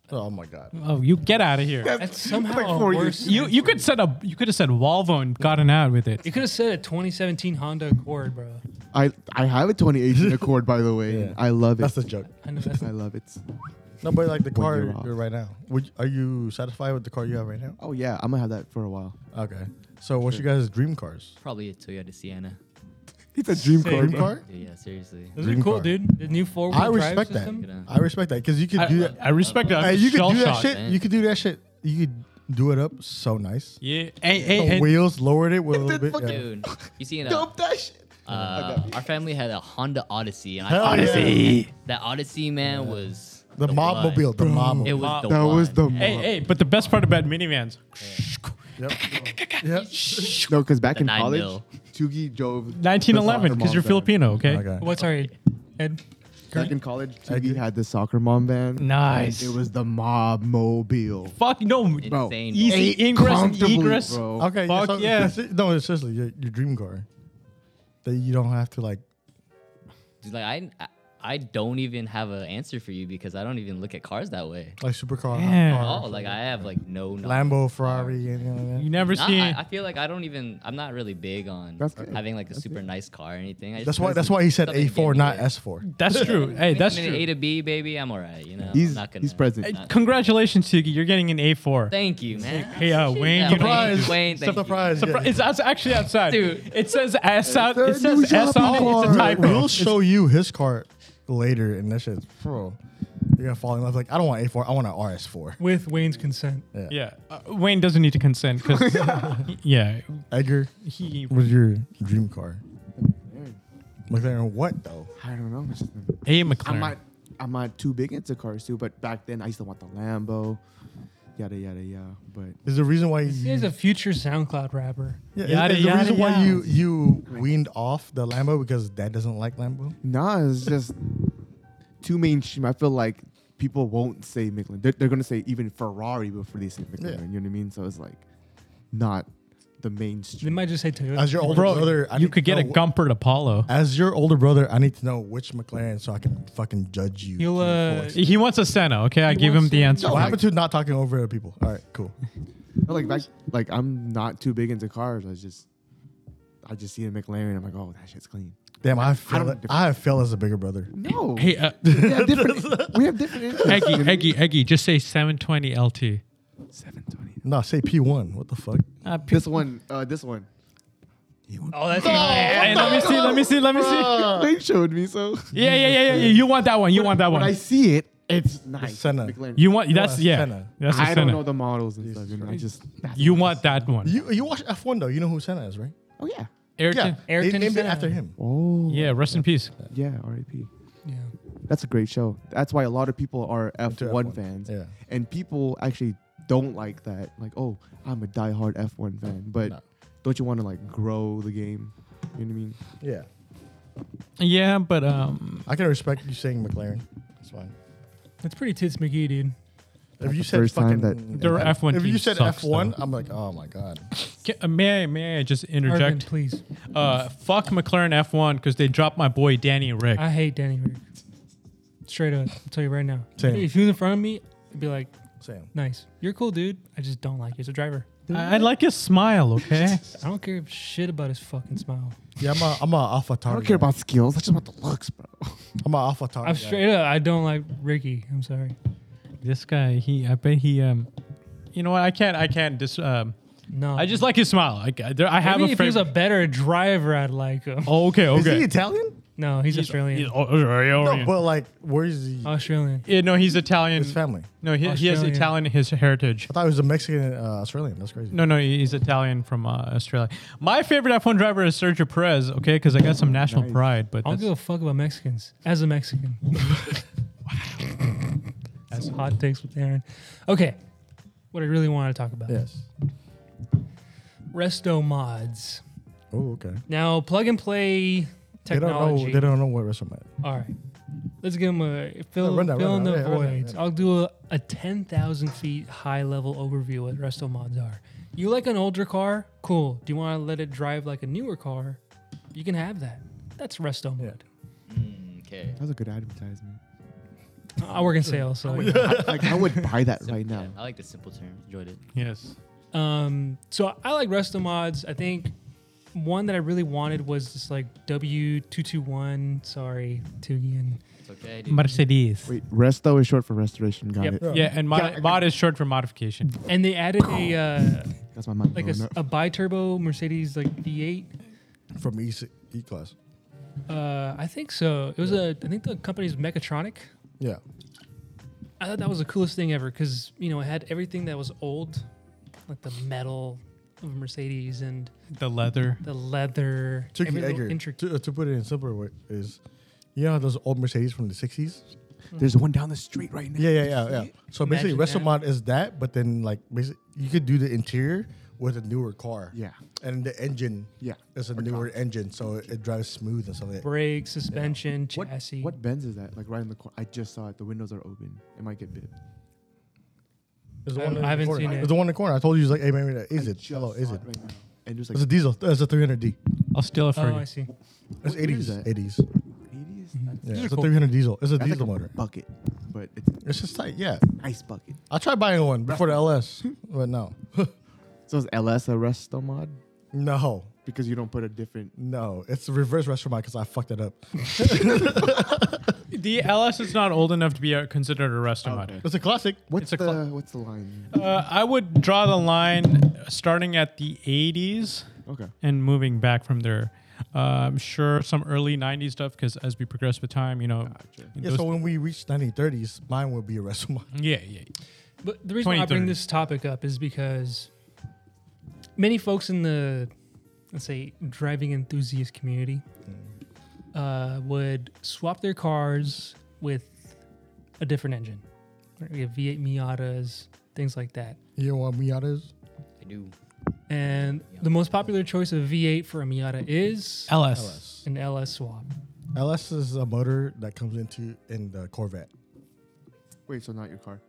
Oh my god.
Oh, you get out of here.
That's somehow a
four
worse.
You you could set up. You could have said Volvo and gotten out with it.
You could have said a 2017 Honda Accord, bro.
I I have a *laughs* 2018 Accord, by the way.
Yeah.
I love it.
That's a joke.
I know that's
I love it.
No, but like the
When
car
you're off.
you're right now. Would you- are you satisfied with the car you have right now?
Oh yeah, I'm gonna have that for a while.
Okay. So what's your guys' dream cars?
Probably a Toyota Sienna.
It's a dream
Sick.
car.
Dream
bro.
car?
Dude, yeah,
*laughs*
seriously.
Those
Dream
are cool,
car.
dude. The new four wheel
I
drive
respect that.
system.
Good, uh,
I respect that because you could
I,
do that.
I respect that.
Hey, you could
Shell
do that
shock.
shit.
man.
You could do that shit. You could do it up so nice.
Yeah.
The
Hey, hey, hey.
wheels lowered it
*laughs*
with a little
Dude,
bit.
fucking-
yeah.
Dude, you see that?
Dump that shit.
Uh, our family had a Honda Odyssey, and I
Hell
thought
yeah.
that Odyssey man was
The mob
one.
mobile. The mob
It
mobile.
was the
That was
one.
the
Hey, hey, but the best part about minivans,
Yep.
*laughs*
yep.
no, because back
The
in
nine
college,
mil.
Tugi drove.
1911,
the
because you're
soccer mom van.
Filipino, okay?
Okay.
What's our Ed?
Back in college,
Agree.
Tugi had the soccer mom band.
Nice.
It was the mob mobile.
Fuck no,
insane.
Bro,
bro.
easy
Ate
ingress and
comfortably,
egress.
bro.
Okay.
Fuck
so-
yeah.
that's it. *laughs* No, it's seriously your, your dream car that you don't have to like.
Dude, like I, I- I don't even have an answer for you because I don't even look at cars that way.
Like supercar,
Yeah.
hot car,
Oh, like I have like no. knowledge.
Lambo, Ferrari, anything like
You
that.
never
Nah,
see.
I, I feel like I don't even. I'm not really big on
That's good.
having like a super nice car or anything. I
That's
just-
why. That's why he said
Something
A
to
four,
get
not
away.
S four.
*laughs*
that's true. Hey, that's
Between
true.
A to B, baby. I'm alright. You know,
He's
I'm not gonna,
he's present.
Hey, Congratulations, Tugi. You're getting an A4.
Thank you, man.
Hey, uh,
Yeah,
Wayne, you
Wayne,
Surprise!
Wayne, thank you.
Surprise!
Surpri-
yeah.
It's outs- actually outside.
Dude.
It says S out.
a
It says
new
S on
job
it. It's a
offer.
typo.
We'll show you his car later, and that shit's bro. You're gonna fall in love. Like I don't want A four. I want an RS four.
With Wayne's consent.
Yeah, uh, Wayne doesn't need to consent because yeah,
Edgar,
he
what's your dream car? McLaren. What though?
I don't know. it's just-
a
I'm
McLaren.
not I'm not too big into cars too, but back then I used to want the Lambo, yada yada yada. But
Is the reason why
This
you?
guy's a future SoundCloud rapper.
yeah, is-
Yada,
is the
yada,
reason why
yada.
you you weaned off the Lambo because Dad doesn't like Lambo.
nah, it's just too mainstream. I feel like people won't say McLaren. They're, they're gonna say even Ferrari before they say McLaren.
Yeah.
You know what I mean? So it's like not the
They
mainstream.
might just say Toyota.
As your older brother, I
you
need
could
to
get a
know wh-
Gumpert Apollo.
As your older brother, I need to know which McLaren so I can fucking judge you.
You'll,
to the
uh,
fullest.
He wants a Senna. Okay, I
He
gave
wants
him the
to-
answer.
What
like-
happened to not talking over other people? All right,
*laughs*
cool.
But like back, like I'm not too big into cars. I just I just see a McLaren. I'm like, oh, that shit's clean.
Damn, I
I
fell.
don't-
I fell as a bigger brother.
No,
Hey, uh,
*laughs*
*laughs*
we have different. we have different interests.
Eggy, Eggy, Eggy, just say 720 LT.
Seven twenty.
No, say P one. What the fuck?
Uh,
This one. Uh, this one.
oh, that's
*laughs* Hey, let me see, let me see, let me see.
Uh.
they showed me so.
Yeah, yeah, yeah, yeah, yeah. You want that one? *laughs* You want that
When I
one?
see it, it's nice.
Senna.
McLaren.
You want that's
that's
yeah.
Senna.
That's a
I don't
Senna.
know the models and stuff. You know, I just that's
You
what it
want
is.
that
*laughs*
one?
You you watch F one though. You know who Senna is, right?
Oh yeah.
Ayrton?
they
Ayrton
named it
Senna.
after him.
Oh
Yeah, rest in peace.
yeah. R.I.P.
Yeah.
That's a great show. That's why a lot of people are F
Into
one
F1.
fans,
Yeah.
and people actually don't like that. Like, oh, I'm a diehard F one fan, but
No.
don't you want to like grow the game? You know what I mean?
Yeah,
Yeah, but um,
I can respect you saying McLaren. That's fine.
That's pretty tits McGee, dude.
If you
the
said
first
fucking
time
Their F1
if you
team
said
sucks,
F one, I'm like, oh my god.
ca- uh, may I may I just
Irvin,
interject?
please.
Uh, fuck McLaren F1 because they dropped my boy Danny Rick.
I hate Danny Rick. Straight up. I'll tell you right now.
Same.
If he was in front of me, I'd be like,
Sam,
nice. You're cool, dude. I just don't like you as a driver.
I, I like his smile. *laughs* Okay,
I don't care shit about his fucking
Oh
smile.
yeah, I'm a I'm a Alpha
I
Tauri.
don't care
guy.
about skills. I just want the looks, bro.
I'm a Alpha Tauri.
I'm
guy.
straight up. I don't like Ricky. I'm sorry.
this guy. He I bet he um, you know what? I can't I can't dis um.
No.
I just like his smile. I I- there, I have
Maybe
a
if he was
friend. *laughs*
a better driver, I'd like him.
Oh, okay, Oh,
Is he
okay.
Italian?
No, he's, Australian.
He's Australian.
No, but like, where's he?
*laughs* Australian.
yeah, no, he's Italian.
His family.
No, he, he has
Australian.
Italian his heritage.
I thought he was a Mexican uh, Australian. That's crazy.
No, no, he's Italian from uh, Australia. My favorite F1 driver is Sergio Perez. Okay, because I got some national
Nice.
pride, but
I don't give
that's,
a fuck about Mexicans. As a
*laughs*
Mexican. That's hot takes with Aaron. Okay. What I really wanted to talk about.
Yes.
Resto mods.
Oh, okay.
Now plug and play
They don't
technology.
know. They don't know what restaurant.
All right. Let's give him a fill,
No, run that,
fill
run
in
that,
the
yeah, run that,
voids.
yeah.
I'll do a, a 10,000 feet high level overview what resto mods are. You like an older car? Cool. Do you want to let it drive like a newer car? You can have that. That's resto mod.
Mm, Okay.
*laughs* That was a good *laughs* advertisement.
I work in sales, so
I, like, I would buy that right now.
I like the simple term. Enjoyed it.
yes.
Um, so I like resto mods. I think one that I really wanted was this like W221. Sorry, Tugian.
It's okay. Dude.
Mercedes.
Wait, resto is short for restoration. Got
Yep.
it.
Yeah, and mod,
Yeah.
mod is short for modification.
And they added a uh,
That's my mind.
like a,
blowing
s-
up.
a bi-turbo Mercedes like V8.
Mate. From E E class.
Uh, I think so. It was a I think the company's Mechatronic.
Yeah.
I thought that was the coolest thing ever because you know it had everything that was old, like the metal of Mercedes and
The leather.
the leather,
Turkey
every little
Egger.
intric-
To, to put it in simpler way is, you know how those old Mercedes from the '60s?
There's one down the street right now.
Yeah, yeah, yeah, yeah. So basically,
Imagine that.
restaurant is that, but then like basically, you could do the interior with a newer car.
Yeah.
And the engine
Yeah.
is a newer engine, so it, it drives smooth and something.
brake, suspension,
What,
chassis.
what Benz is that? Like right in the corner. I just saw it. The windows are open. It might get bit.
It's the
I-
one in
I
the
haven't
corner.
seen it.
It's the one in the corner. I told you, it's like, hey, maybe that is
I
it?
just
Hello, is
saw
it?
Right now. Oh, And just
It's a
like
diesel. It's a 300D.
I'll steal it for
Oh,
you.
I see.
It's
What year is
80s.
that?
80s.
80s?
Yeah,
These are
it's a
cool.
300 diesel. It's a
That's
diesel
like
motor.
a bucket, but it's a
It's just like yeah.
nice bucket.
I tried buying one before
*laughs*
the LS, but no,
So is LS a resto mod?
no,
Because you don't put a different.
no. It's the reverse restaurant because I fucked it up.
The LS is not old enough to be uh, considered a restaurant.
Okay.
It's a classic.
What's
a
the
cla-
what's the line?
Uh, I would draw the line uh, starting at the 80s
Okay.
and moving back from there. Uh, I'm sure some early 90s stuff because as we progress with time, you know.
Gotcha.
Yeah,
those-
so when we reach 1930s, mine will be a restaurant.
yeah, yeah.
But the reason why I bring
2030.
this topic up is because many folks in the let's say driving enthusiast community uh, would swap their cars with a different engine. We have V8 Miatas, things like that.
You know what Miatas?
I do.
And the most popular choice of V8 for a Miata is
LS.
LS.
an LS swap.
LS is a motor that comes into in the Corvette.
Wait, so not your car?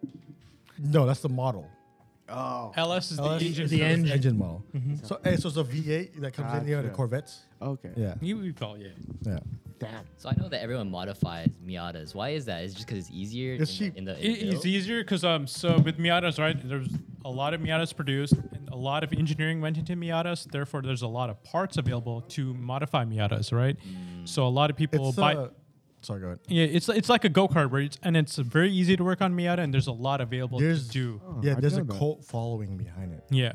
No, that's the model.
Oh.
LS is
LS
the
is
engine.
the engine.
model. So, hey, so it's a V8 that comes in here the
Gotcha.
Corvettes.
Okay.
Yeah,
You, you call it, yeah.
yeah.
Damn.
So I know that everyone modifies Miatas. Why is that? Is it just because it's easier?
It's
in
cheap.
The, in the, in the
It is
build?
easier because um so with Miatas right there's a lot of Miatas produced and a lot of engineering went into Miatas therefore there's a lot of parts available to modify Miatas right so a lot of people
It's,
buy
uh, sorry, go ahead.
yeah it's it's like a go kart where it's and it's very easy to work on Miata and there's a lot available
There's
to do
Oh,
yeah,
I
there's a
didn't know that.
cult following behind it.
yeah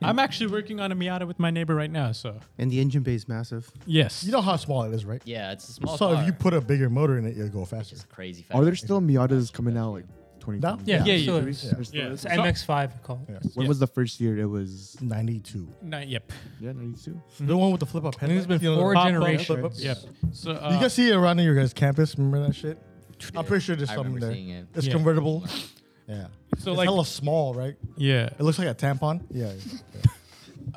I'm actually working on a Miata with my neighbor right now so
And the engine bay is massive.
yes
You know how small it is, right?
Yeah, it's a small
so
car.
if you put a bigger motor in it, it'll go faster.
it's crazy fast.
Are there still Miatas coming out like 20?
No?
Yeah,
Yeah,
so
yeah.
it's,
Yeah.
There's still-
Yeah.
it's MX5 we call it.
Yeah.
When was the first year it was?
92.
Not- yep
Yeah, 92.
The one with the flip up
I think
headlights.
it's been
you know, the
four
pop-up,
generations.
pop-up,
yep so
You
uh,
guys see it around your guys' campus. Remember that shit? I'm pretty sure there's
I
something
remember
there.
seeing it.
It's
Yeah.
convertible. Yeah.
So,
it's
like-
hella small, right?
yeah
It looks like a tampon. Yeah.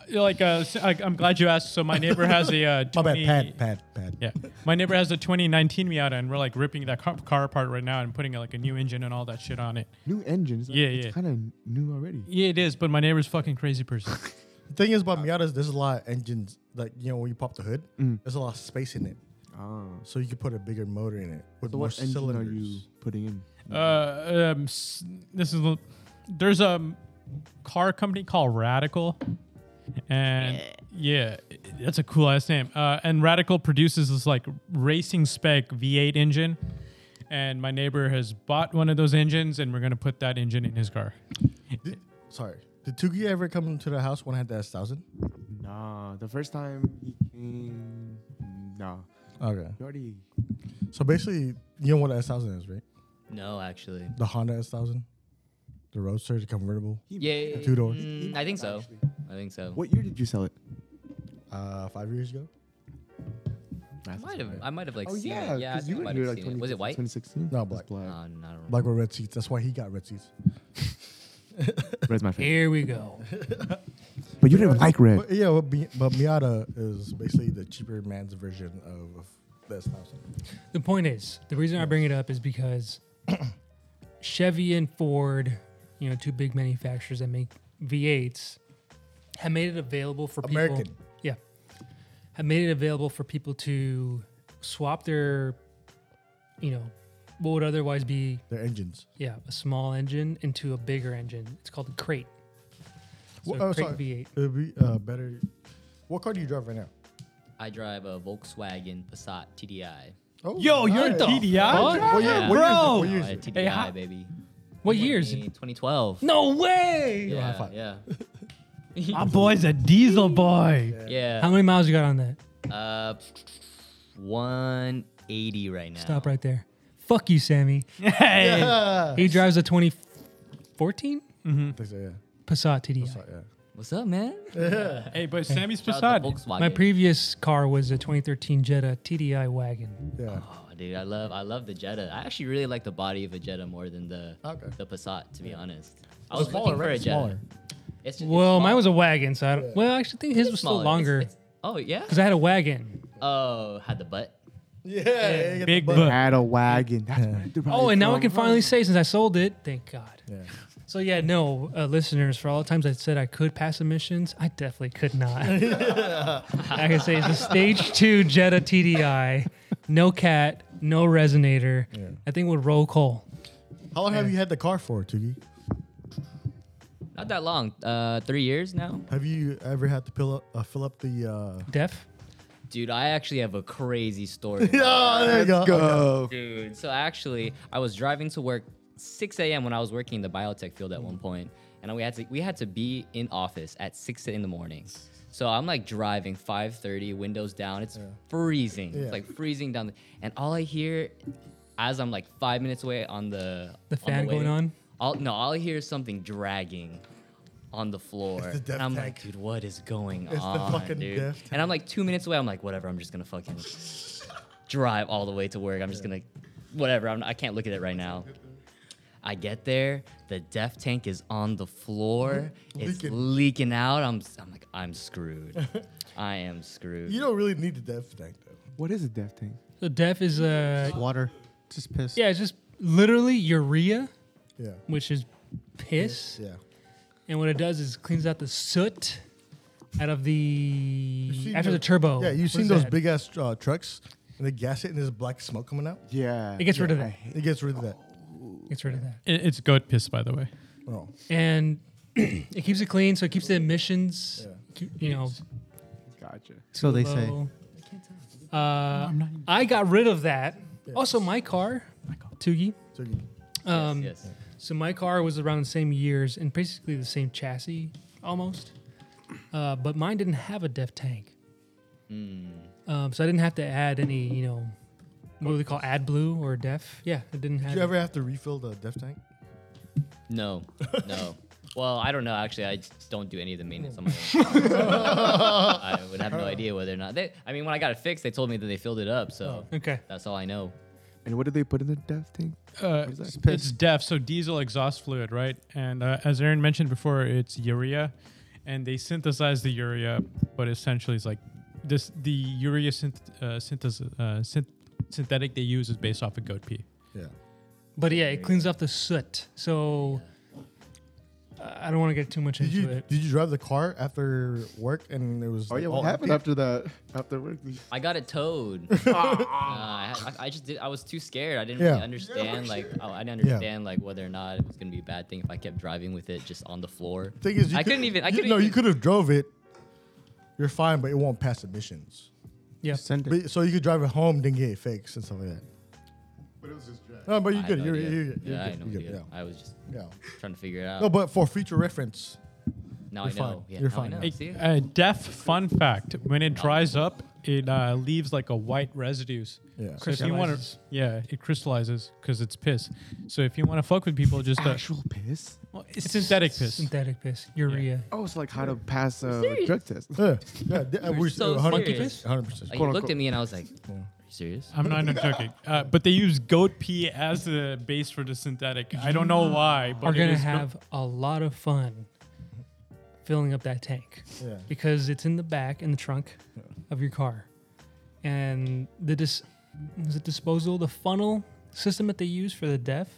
like uh s- I, am glad you asked so my neighbor has a uh,
*laughs* My bad.
20
Pad, pad, pad.
Yeah, my neighbor has a 2019 Miata, and we're like ripping that car, car apart right now and putting like a new engine and all that shit on it.
New engines.
Yeah,
it's
yeah.
Kind of new already.
Yeah, it is, but my neighbor's fucking crazy person.
The thing is about Miatas, there's a lot of engines. Like, you know, when you pop the hood,
Mm.
there's a lot of space in it.
Oh.
So you can put a bigger motor in it with
So
more
what engine
cylinders.
are you putting in?
*laughs* uh, um, s- this is a- there's a car company called Radical, and yeah, i- that's a cool ass name. Uh, and Radical produces this like racing spec V8 engine, and my neighbor has bought one of those engines, and we're gonna put that engine in his car.
Did- sorry. Did Tugi ever come to the house when I had that S1000?
Nah, the first time he came, nah.
Okay.
You already
So basically, you know what the S1000 is, right?
No, actually.
The Honda S1000, the Roadster, the convertible.
he-
Yeah, yeah,
he-
yeah.
Two doors.
he-
Mm, I think so.
actually.
I think so.
What year did you sell it?
Uh, five years ago.
I
Math is
might have.
hard.
I might have like
oh
seen
yeah,
it. Yeah, I
'cause
think
you
I
were
might
here
have
like
seen it. Was it white?
2016?
No,
It's
black.
Uh,
black.
I don't know.
Black with red seats. That's why he got red seats.
Red's my favorite.
Here we go.
*laughs* But you didn't like red.
But yeah, but, Mi- but Miata is basically the cheaper man's version of, of the S1000.
The point is, the reason I bring it up is because *clears throat* Chevy and Ford, you know, two big manufacturers that make V8s, have made it available for
American.
people. Yeah, have made it available for people to swap their, you know, what would otherwise be
They're engines.
yeah a small engine into a bigger engine. It's called a crate. So
Well, oh,
crate
sorry.
V8.
It would be uh, better. What car do you drive right now?
I drive a Volkswagen Passat TDI.
Oh,
Yo, you're a
nice.
TDI?
What year-
Yeah.
what year
No,
is it? What year is
Bro.
a
it?
TDI,
Hey, how-
baby.
What years?
2012.
No way.
Yeah,
high five.
yeah.
My boy's a diesel boy.
yeah.
How many miles you got on that?
Uh, 180 right now.
Stop right there. Fuck you, Sammy.
Yeah.
He drives a 2014
I think so, yeah.
Passat TDI.
So, yeah.
What's up, man?
Hey, *laughs* but Sammy's
Shout out to
Passat.
Volkswagen.
My previous car was a 2013 Jetta TDI wagon.
Yeah.
Oh, dude, I love I love the Jetta. I actually really like the body of a Jetta more than the
Okay.
the Passat, to be honest. I was
Smaller,
looking for
right?
a Jetta.
Smaller.
It's just,
Well, mine was a wagon, so I don't,
Yeah.
well, I actually think his was still longer
oh yeah.
because I had a wagon.
Oh, had the butt.
Yeah. you get
Big
the
butt.
Had a wagon. That's where I derived
Oh, and now I
from.
can finally say since I sold it, thank God.
Yeah.
So yeah, no, uh, listeners, for all the times I said I could pass emissions, I definitely could
*laughs*
not. I can say it's a stage two Jetta TDI, no cat, no resonator.
Yeah.
I think would roll coal.
How long have you had the car for, Tugi?
Not that long. Uh, three years now.
Have you ever had to fill up, uh, fill up the? Uh,
Def.
Dude, I actually have a crazy
*laughs*
story.
oh, there you go.
Go.
Dude, so actually, I was driving to work 6 a.m. when I was working in the biotech field at
Mm.
one point, and we had to we had to be in office at 6 in the morning. So I'm like driving 5:30, windows down. It's freezing.
Yeah.
It's like freezing down. the- and all I hear, as I'm like five minutes away on the
The fan going
way-
on?
All, no, all I hear is something dragging on the floor.
the death
and I'm
tank.
like, dude, what is going
the
on,
fucking
dude?
death
And I'm like two minutes away. I'm like, whatever. I'm just gonna fucking drive all the way to work. I'm just gonna, whatever. I'm, I can't look at it right now. I get there. The def tank is on the
*laughs*
floor. It's
Leaking.
leaking out. I'm, I'm like, I'm
*laughs*
screwed. I am screwed.
You don't really need the death tank though.
What is a death tank?
So Def is a
Water. Just piss.
Yeah, it's just literally urea,
Yeah.
which is piss.
Yeah.
And what it does is cleans out the soot out of the
seen
after the
those-
Oh,
turbo.
Yeah,
What
you've seen
is
those
that?
big ass uh, trucks and they gas it and there's black smoke coming out.
Yeah.
It gets rid of that.
It gets rid of that.
Gets rid of that.
It- It's goat piss, by the way.
Oh.
And *clears throat* it keeps it clean, so it keeps the emissions, keep- you know,
Gotcha.
So they say.
low. Uh, I got rid of that. Also, my car, Tugi.
So you,
Um,
yes.
So my car was around the same years and basically the same chassis almost, uh, but mine didn't have a def tank, um, so I didn't have to add any. You know, what do they call ad blue or def? Yeah, it didn't have.
did you
it.
ever have to refill the death tank? *laughs*
No, no. Well, I don't know. Actually, I just don't do any of the maintenance on my
*laughs*
own. I would have no idea whether or not they. I mean, when I got it fixed, they told me that they filled it up. So
Oh.
okay.
that's all I know.
And what did they put in the death tank?
Uh,
is that?
it's it's DEF, so diesel exhaust fluid, right? And uh, as Aaron mentioned before, it's urea, and they synthesize the urea, but essentially it's like this: the urea synth, uh, synthes, uh, synth, synthetic they use is based off of goat pee.
Yeah.
But yeah, it cleans off the soot. So uh, I don't want to get too much
Did
into
you
it.
did you drive the car after work and it was?
Oh yeah,
like,
what
all
happened
empty?
after that? After work,
I got it towed. uh, I, I- I just did. I was too scared. I didn't
Yeah.
really understand. Like oh, I didn't understand like whether or not it was gonna be a bad thing if I kept driving with it just on the floor.
Thing is, you
I
could-
couldn't even. I
you-
couldn't.
No,
even,
you could have drove it. You're fine, but it won't pass emissions.
Yeah.
Send it.
But, so you could drive it home, then get it fixed and stuff like that.
but it was just dry.
No, but
I
you're
had
good.
no
You're,
idea.
you're, you're,
yeah, I had
good.
no
You're good.
idea.
Yeah.
I was just
yeah.
trying to figure it out. *laughs*
No, but for future reference,
Now
You're
I know.
fine.
Yeah,
You're
now
fine uh,
I know.
A,
See?
a deaf fun fact: when it dries up, it uh, leaves like a white residues.
Yeah.
So if you want to,
Crystallizes.
yeah, it crystallizes because it's piss. So if you want to fuck with people, just uh,
Actual piss?
well, it's synthetic piss.
Synthetic piss. Urea.
Oh, it's like how to pass a drug test.
Yeah, yeah, d- uh,
You're
we're
so
100
serious.
percent, 100 percent.
Like, you looked at me and I was like, "Are you
*laughs*
serious?"
I'm not even joking. Uh, but they use goat pee as the base for the synthetic. I don't know why. But
Are
it
gonna
is go-
have a lot of fun filling up that tank
Yeah.
because it's in the back in the trunk of your car, and the dis is it disposal the funnel system that they use for the deaf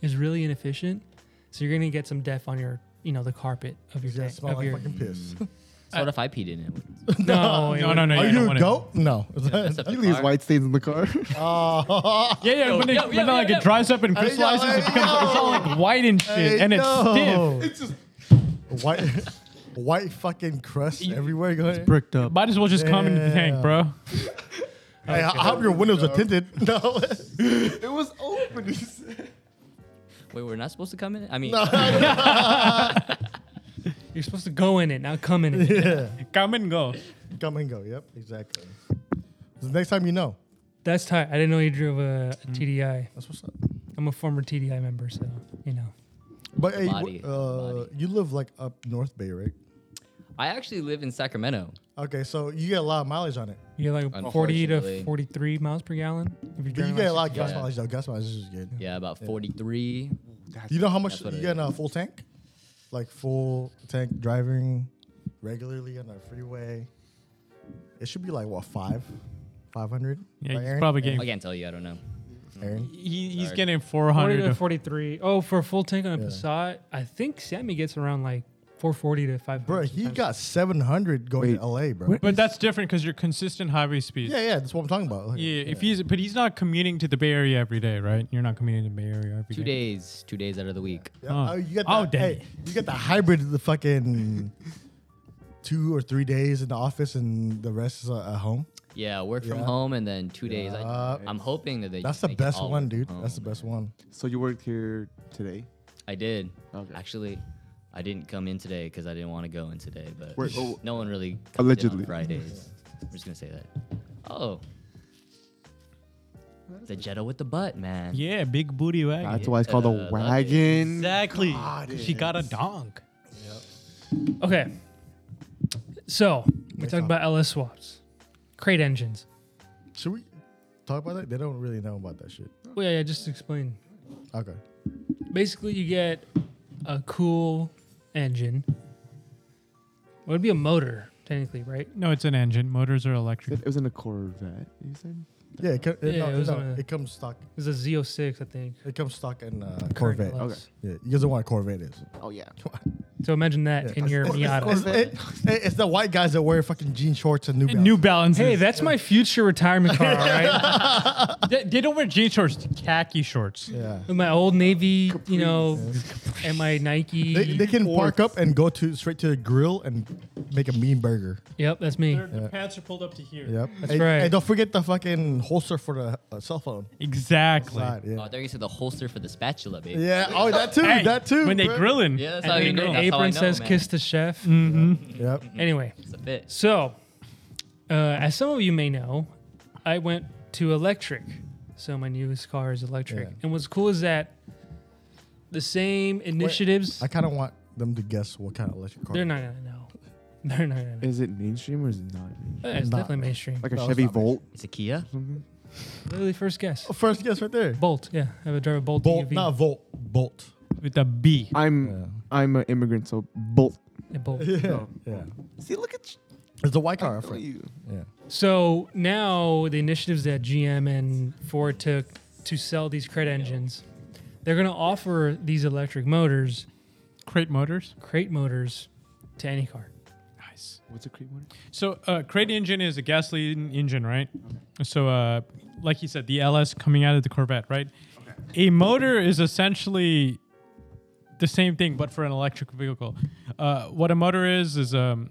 is really inefficient. So you're gonna get some deaf on your you know the carpet of your
It's gonna
tank.
smell
Of
like
your,
fucking piss.
So what if I peed in
*laughs*
it?
no, it
*laughs* no,
would-
no, no.
Are
yeah, don't
you
want
a
it.
goat? No. *laughs*
That's up
You
to
leave
par.
white stains in the car.
Oh.
Yeah, yeah. when it,
yo,
when
yo,
it, like
yo,
it dries up and
Hey, yo,
crystallizes,
hey,
it becomes it's all like white and shit,
Hey,
and it's
no.
stiff.
It's just *laughs* white, white fucking crust everywhere. Go ahead.
Bricked up.
Might as well just come in the
Yeah.
tank, bro.
Hey, I I hope your windows are tinted. *laughs* No.
it was open. *laughs* he said.
Wait, we're not supposed to come in it? I mean,
You're supposed to go in it, not come in it.
*laughs* yeah.
Come and go.
Come and go. Yep. Exactly. The next time you know.
That's tight. I didn't know you drove a,
Mm-hmm.
a TDI.
That's what's up.
I'm a former TDI member, so you know.
But hey,
body,
w- uh,
body.
you live like up North Bay, right?
*laughs* I actually live in Sacramento.
Okay, so you get a lot of mileage on it.
You get like 40 to
Unfortunately.
43 miles per gallon. If you're
But you
driving
get a
like
lot of gas
Yeah.
mileage though. Gas mileage is just good.
Yeah, about 43.
You know how much
That's what
you
it
get in a full tank? Like full tank driving regularly on the freeway. It should be like what five, five hundred.
Yeah, he's probably
I
getting.
can't tell you. I don't know.
Aaron.
He, he's
Sorry.
getting
40
400.
to
of-
43. Oh, for a full tank on a
Yeah.
Passat, I think Sammy gets around like 440 to 500.
Bro, he
sometimes.
got seven hundred going to LA, bro.
But that's different because you're consistent highway speed.
Yeah, yeah, that's what I'm talking about. Like,
Yeah, if he's but he's not commuting to the Bay Area every day, right? You're not commuting to the Bay Area every
Two
day.
days, two days out of the week.
yeah,
Oh.
oh, you get the,
Oh, dang
hey,
it.
you get the hybrid of the fucking two or three days in the office and the rest is uh, at home.
Yeah, work from
Yeah.
home and then two days. I,
Yeah.
I'm hoping that they
That's
just
the
make it
best
all
one,
work from
dude. That's the
home.
best one.
So you worked here today?
I did. *laughs*
Okay.
Actually, I didn't come in today because I didn't want to go in today. But
Wait, oh,
no one really comes in on
Allegedly.
Fridays. I'm just gonna say that. Oh, the Jetta with the butt, man.
Yeah, big booty wagon.
That's why it's called
Uh,
a
that
wagon.
exactly.
Ah,
God,
she
yeah.
got a donk.
Okay. So, we
Wait,
talked
no.
about LS swaps, crate engines.
Should we talk about that? They don't really know about that shit.
Well, yeah, yeah, just explain.
Okay.
Basically, you get a cool engine. Well, it'd be a motor, technically, right?
No, it's an engine. Motors are electric.
It was in a Corvette. You said?
Yeah, it, co-
Yeah,
no,
it was
no,
on a-
it comes stock.
It's a Z06, I think.
It comes stock in uh,
current
Corvette.
LS.
Okay.
Yeah, you guys don't want a Corvette is.
Oh yeah.
So imagine that
Yeah.
in your
It's,
Miata.
it- it- it's the white guys that wear fucking jean shorts and new.
And New
Balance.
Balance.
Hey, that's my future retirement car, all right?
they, they don't wear jean shorts, khaki shorts.
Yeah.
With my old Navy, you know, and my Nike.
They, they can park up and go to straight to the grill and make a mean burger.
Yep, that's me.
The pants are pulled up to here.
Yep.
That's
and,
right.
And don't forget the fucking holster for the uh, cell phone.
Exactly.
Side,
Oh,
yeah.
they're gonna say the holster for the spatula, baby.
yeah. Oh, that too.
Hey,
that too.
When they
bro.
grilling.
Yeah, that's how you
And
know.
then the
That's how I
apron
know,
says
man.
"Kiss the chef."
Yep.
Anyway,
It's a fit.
so uh, as some of you may know, I went to electric. So my newest car is electric,
Yeah.
and what's cool is that the same initiatives.
I kind of want them to guess what kind of electric car.
they're not gonna know. *laughs* They're not gonna know.
Is it mainstream or is it not? mainstream?
Uh, It's
not-
definitely mainstream.
Like a
No, it's
Chevy
not
Volt.
It's a Kia.
Literally first guess.
Oh, First guess right there.
Bolt. Yeah, I would drive a Bolt.
Bolt,
EUV.
not Volt. Bolt.
With a B.
I'm
Yeah.
I'm an immigrant, so Bolt.
A Bolt.
Yeah. Yeah.
See, look at you.
It's the white car. I
Look at
forgot.
you.
Yeah.
So now the initiatives that GM and Ford took to sell these crate engines, they're going to offer these electric motors,
Crate motors.
crate motors, to any car.
Nice.
What's a creep motor?
So, uh, crate engine is a gasoline engine, right? So, uh, like you said, the LS coming out of the Corvette, right? A motor is essentially the same thing, but for an electric vehicle. Uh, what a motor is is um,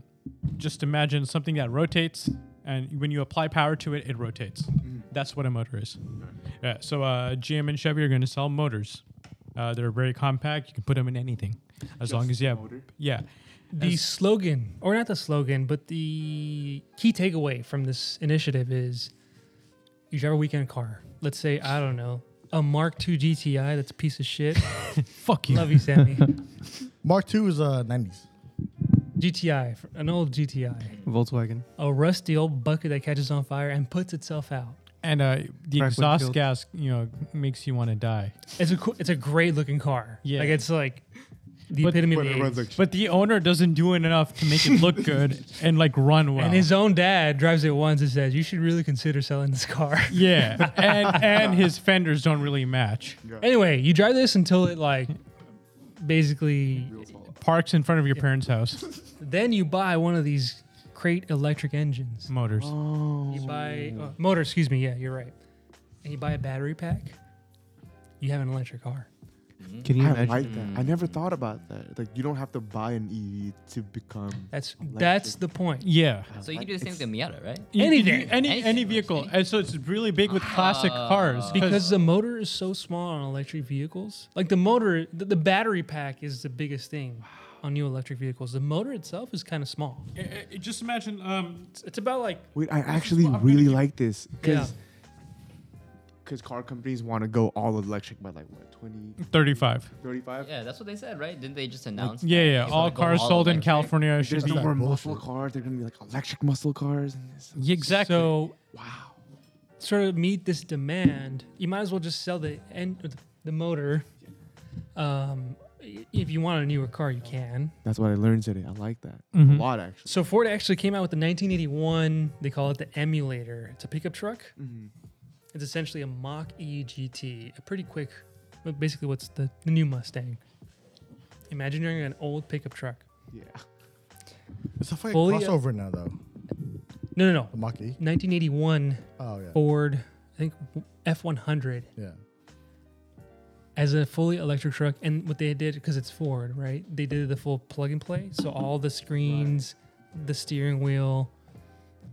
just imagine something that rotates, and when you apply power to it, it rotates. That's what a motor is. Yeah. So, uh, GM and Chevy are going to sell motors. Uh, they're very compact. You can put them in anything, as long as you have. Yeah.
the slogan, or not the slogan, but the key takeaway from this initiative is you drive a weekend car. Let's say, I don't know, a Mark II GTI that's a piece of shit.
*laughs* Fuck you.
Love you,
*laughs*
Sammy.
Mark II is uh 90s.
GTI, an old GTI,
Volkswagen.
a rusty old bucket that catches on fire and puts itself out.
And uh, the
Crack
exhaust
windshield.
gas, you know, makes you want to die.
It's a cool, it's a great looking car.
Yeah.
like it's like the
But-
epitome of
But
the
it runs
80s.
like sh-
But the owner doesn't do it enough to make it look
*laughs*
good and like run well.
And his own dad drives it once and says, "You should really consider selling this car." *laughs*
yeah, and and his fenders don't really match.
anyway, you drive this until it like basically
Parks in front of your parents' house.
*laughs*
then you buy one of these crate electric engines.
Motors.
Oh.
You buy uh, motor, excuse me. Yeah, you're right. And you buy a battery pack. You have an electric car.
Can you
I
imagine?
like that. I never thought about that. Like you don't have to buy an EV to become.
That's
Electric.
that's the point.
Yeah.
So you can do the same thing with Miata, right?
You- you-
Anything.
any
Anything Ah.
any
works,
vehicle,
anything.
and so it's really big with classic cars
Because the motor is so small on electric vehicles. Like the motor, the, the battery pack is the biggest thing on new electric vehicles. The motor itself is kind of small.
Uh, uh, just imagine um,
It's, it's about like
Wait, I actually
I'm gonna
really
keep-
like this
yeah,
because car companies want to go all electric by like what 20,
35.
35?
Yeah, that's what they said, right? Didn't they just announce?
Yeah,
that
yeah.
it's
All
gonna go
cars
all
sold in
electric?
California should
There's
be
no more
bullshit.
muscle cars. They're gonna be like electric muscle cars. And this.
Yeah, exactly.
So
Wow.
sort of meet this demand, you might as well just sell the end the motor. Um, i- if you want a newer car, you can.
That's what I learned today. I like that
Mhm.
Mm-hmm.
a lot actually.
So Ford actually came out with the 1981. They call it the emulator. It's a pickup truck.
Mm-hmm.
It's essentially a Mach E GT, a pretty quick, but basically what's the, the new Mustang. Imagine you're in an old pickup truck.
Yeah.
It's a fucking
Fully- uh,
crossover now though.
No, no, no.
The Mach E.
1981
Oh yeah.
Ford, I think F100
Yeah.
as a fully electric truck and what they did because it's ford right they did the full plug and play so all the screens the steering wheel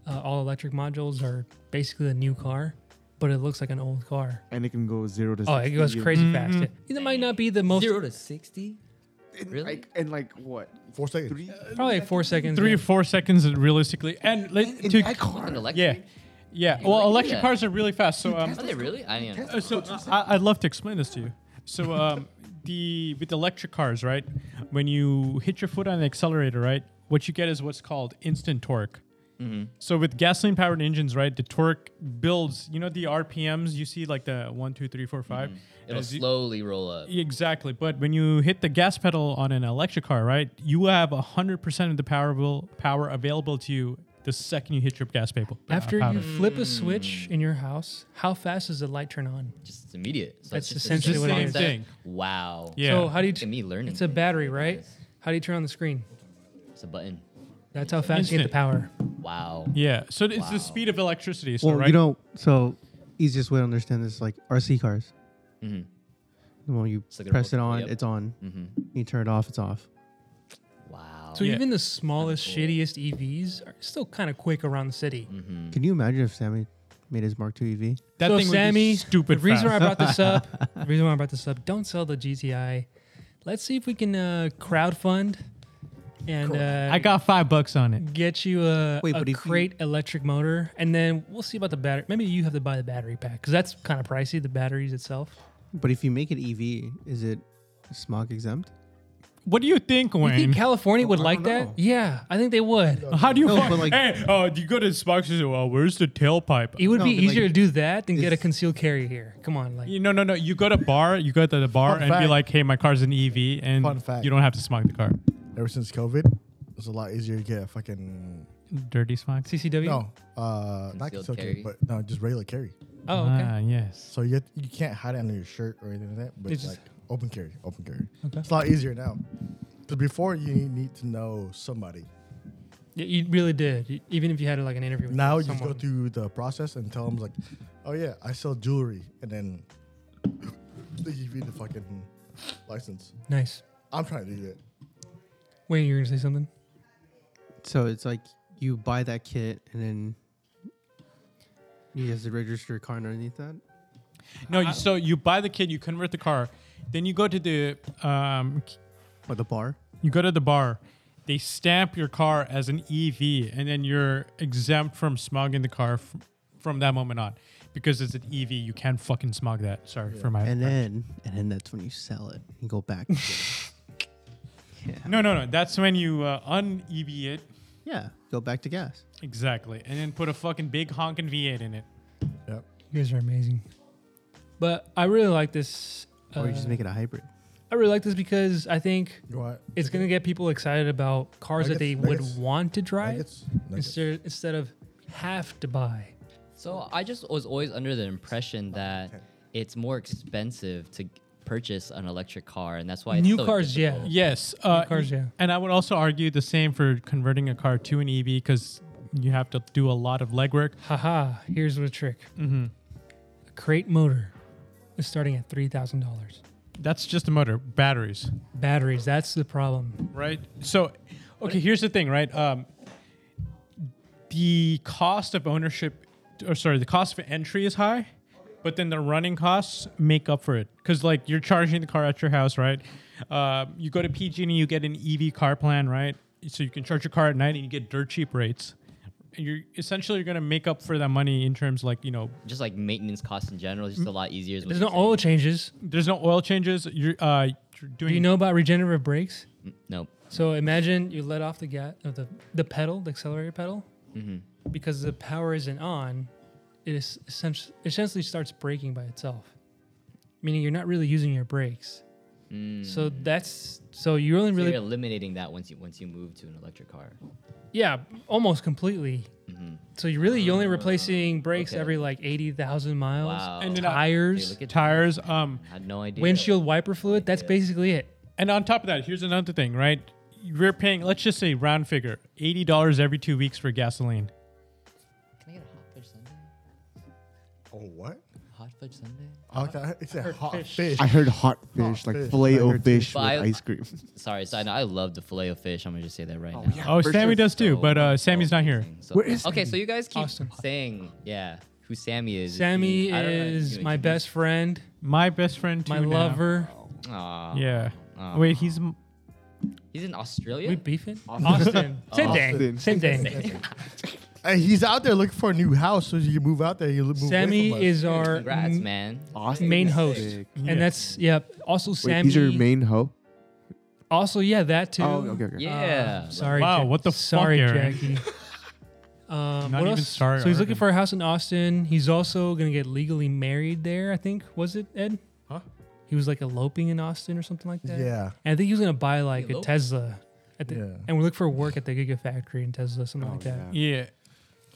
uh, all electric modules are basically a new car but it looks like an old car
And it can go zero to.
oh it
60
goes
in-
crazy
Mhm.
fast yeah. it might not be the most
Zero to sixty.
In,
Really?
Like, in like what?
Four seconds.
Three.
probably like four seconds
Three
yeah.
or four seconds realistically. And let-
in
to,
that car.
An electric.
yeah. Yeah.
You
Well,
really do
electric
that.
cars are really fast. So um,
Are they really? I didn't.
Uh, so I, I'd love to explain this to you.
*laughs*
So um, the with electric cars, right? When you hit your foot on the accelerator, right, what you get is what's called instant torque.
Mm-hmm.
So with gasoline powered engines, right, the torque builds. You know the RPMs you see, like the one, two, three, four, five.
Mm-hmm. It'll
As you-
slowly roll up.
Exactly, but when you hit the gas pedal on an electric car, right, you have hundred percent of the power will, power available to you the second you hit your gas pedal.
after
uh,
you
powder.
flip a switch
Mm.
in your house how fast does the light turn on
Just it's immediate. So
That's
it's just-
essentially
it's
what
just
it
is.
concept.
Same thing.
Wow.
yeah.
so how do you
Look at me learning.
it's a battery right how do you turn on the screen
It's a button.
that's how fast you get
Instant.
the power
Wow.
yeah, so it's
Wow.
the speed of electricity. So
Well,
right,
you don't. So easiest way to understand this is like RC cars.
Mhm.
When you
It's like a
press it
remote,
on,
yep.
it's on.
hmm
You turn it off, it's off.
Wow.
So
Yeah.
even the smallest,
cool.
shittiest EVs are still kind of quick around the city.
Mm-hmm.
hmm
Can you imagine if Sammy made his Mark E II EV?
That
so
thing would
Sammy,
be stupid.
the reason
fast.
why I brought this up, *laughs* the reason why I brought this up, don't sell the GTI. Let's see if we can uh, crowdfund and uh,
I got five bucks on it.
get you a,
Wait,
a
but if you-
great electric motor, and then we'll see about the battery. Maybe you have to buy the battery pack because that's kind of pricey. The batteries itself.
But if you make it EV, is it smog exempt?
What do you think,
You
Wayne?
think California would
I
like
don't
that?
know.
Yeah, I think they would.
How do you?
No,
fuck-
but like-
hey, oh, do you go to Spox and say, "Well, where's the tailpipe?"
It would
No,
be
but, like,
easier to do that than get a
it's-
concealed carry here. Come on, like
You- no, no, no. You go to bar. You go to the bar
Fun
and be
fact.
like, "Hey, my car's an EV," and
Fun fact.
you don't have to smog the car.
Ever since COVID, it's a lot easier to get a fucking
Dirty smog.
CCW.
no, uh, not
Concealed
concealed
carry.
carry, but no, just regular carry.
Oh, okay.
Ah, yes.
So you have, you can't hide it under your shirt or anything like that. But
It's
it's
just-
like open carry, open carry.
Okay.
It's a lot easier now. Because before you need to know somebody.
Yeah, you really did. Y- Even if you had like an interview. With
Now you just
someone.
go through the process and tell them like, oh yeah, I sell jewelry, and then *laughs* they give you the fucking license.
Nice.
I'm trying to do that.
Wait, you were gonna say something?
So it's like you buy that kit and then you have to register your car underneath that.
No. you so you buy the kid. You convert the car. Then you go to the um,
Or the bar.
you go to the bar, they stamp your car as an EV, and then you're exempt from smogging the car f- from that moment on because it's an EV. You can't fucking smog that. Sorry for my.
and
French.
then and then that's when you sell it and go back. to gas. yeah.
No, no, no. That's when you uh, un-EV it
Yeah. Go back to gas.
exactly, and then put a fucking big honking V8 in it.
You guys are amazing. But I really like this.
Or you just
uh,
make it a hybrid.
I really like this because I think
What?
it's going to get people excited about cars that they
Nuggets,
would
nuggets,
want to drive
Nuggets? Nuggets.
instead, instead of have to buy.
So I just was always under the impression that it's more expensive to purchase an electric car, and that's why it's
New
so
cars, yeah.
difficult.
Yes, uh,
cars, yeah.
And I would also argue the same for converting a car to an EV because you have to do a lot of legwork.
Haha, here's the trick.
Mm-hmm.
A crate motor is starting at $3,000.
That's just the motor, batteries,
Batteries, that's the problem.
right? So, okay, here's the thing, right? Um, the cost of ownership, or sorry, the cost of entry is high, but then the running costs make up for it because like you're charging the car at your house, right? Uh, you go to PG and you get an EV car plan, right? So you can charge your car at night and you get dirt cheap rates. And You're essentially you're gonna make up for that money in terms like you know
Just like maintenance costs in general, it's just a
Mm.
lot easier. is what
There's
you're
no oil changes.
there's no oil changes. You're uh you're doing
Do you know about regenerative brakes?
saying. Nope.
So imagine you let off the gas, the the pedal, the accelerator pedal,
Mm-hmm.
because the power isn't on. It is essentially essentially starts braking by itself, meaning you're not really using your brakes. So that's so you only
Mm. So
really
you're eliminating that once you once you move to an electric car.
yeah almost completely. So you really you're only replacing brakes
Mm-hmm. okay.
every like eighty thousand miles,
Wow.
And then I-
Hey,
tires,
look at
tires. Um,
I had no idea.
windshield wiper fluid. That's basically it.
and on top of that, here's another thing, right? We're paying, let's just say round figure, eighty dollars every two weeks for gasoline.
Can I get a hot fudge sundae?
Oh, what?
Hot fudge sundae?
Okay, it's a hot fish.
I heard hot fish, like
fish.
filet
I
o
heard
fish
too.
with
But I-
ice
*laughs*
cream.
Sorry, side note, I love the filet of fish. I'm gonna just say that right now.
Ah,
Oh, Sammy does too,
So-
but uh, Sammy's not here.
So-
Where is
okay, so you guys keep
Austin.
saying, yeah, who Sammy is.
Sammy
I don't know if you
is my
introduced-
best friend,
My best friend,
my
too, now.
lover.
Aw.
Yeah.
Ah.
Aw.
Wait, he's m-
He's in Australia.
We beefing? Austin.
*laughs*
Same thing.
Austin.
Same thing.
Hey, he's out there looking for a new house so you can move out there. You move away
Sammy
from us.
is our
Congrats,
Mm-hmm.
m-
man.
Austin
main
is
host,
sick.
Yeah.
and that's yep. Also,
Wait,
Sammy.
he's your main hoe?
also, yeah, that too.
Oh, okay, okay.
Uh,
Yeah.
sorry.
Wow,
Jack-
what the fuck,
Sorry,
Aaron? *laughs*
Jackie. Um,
Not
what
even
else?
sorry,
so he's looking
Aaron.
for a house in Austin. He's also gonna get legally married there. I think was it Ed?
Huh?
He was like eloping in Austin or something like that.
Yeah.
And I think he was gonna buy like a
Eloped?
Tesla. At the,
Yeah.
And we look for work at the Gigafactory in Tesla, something like that.
yeah.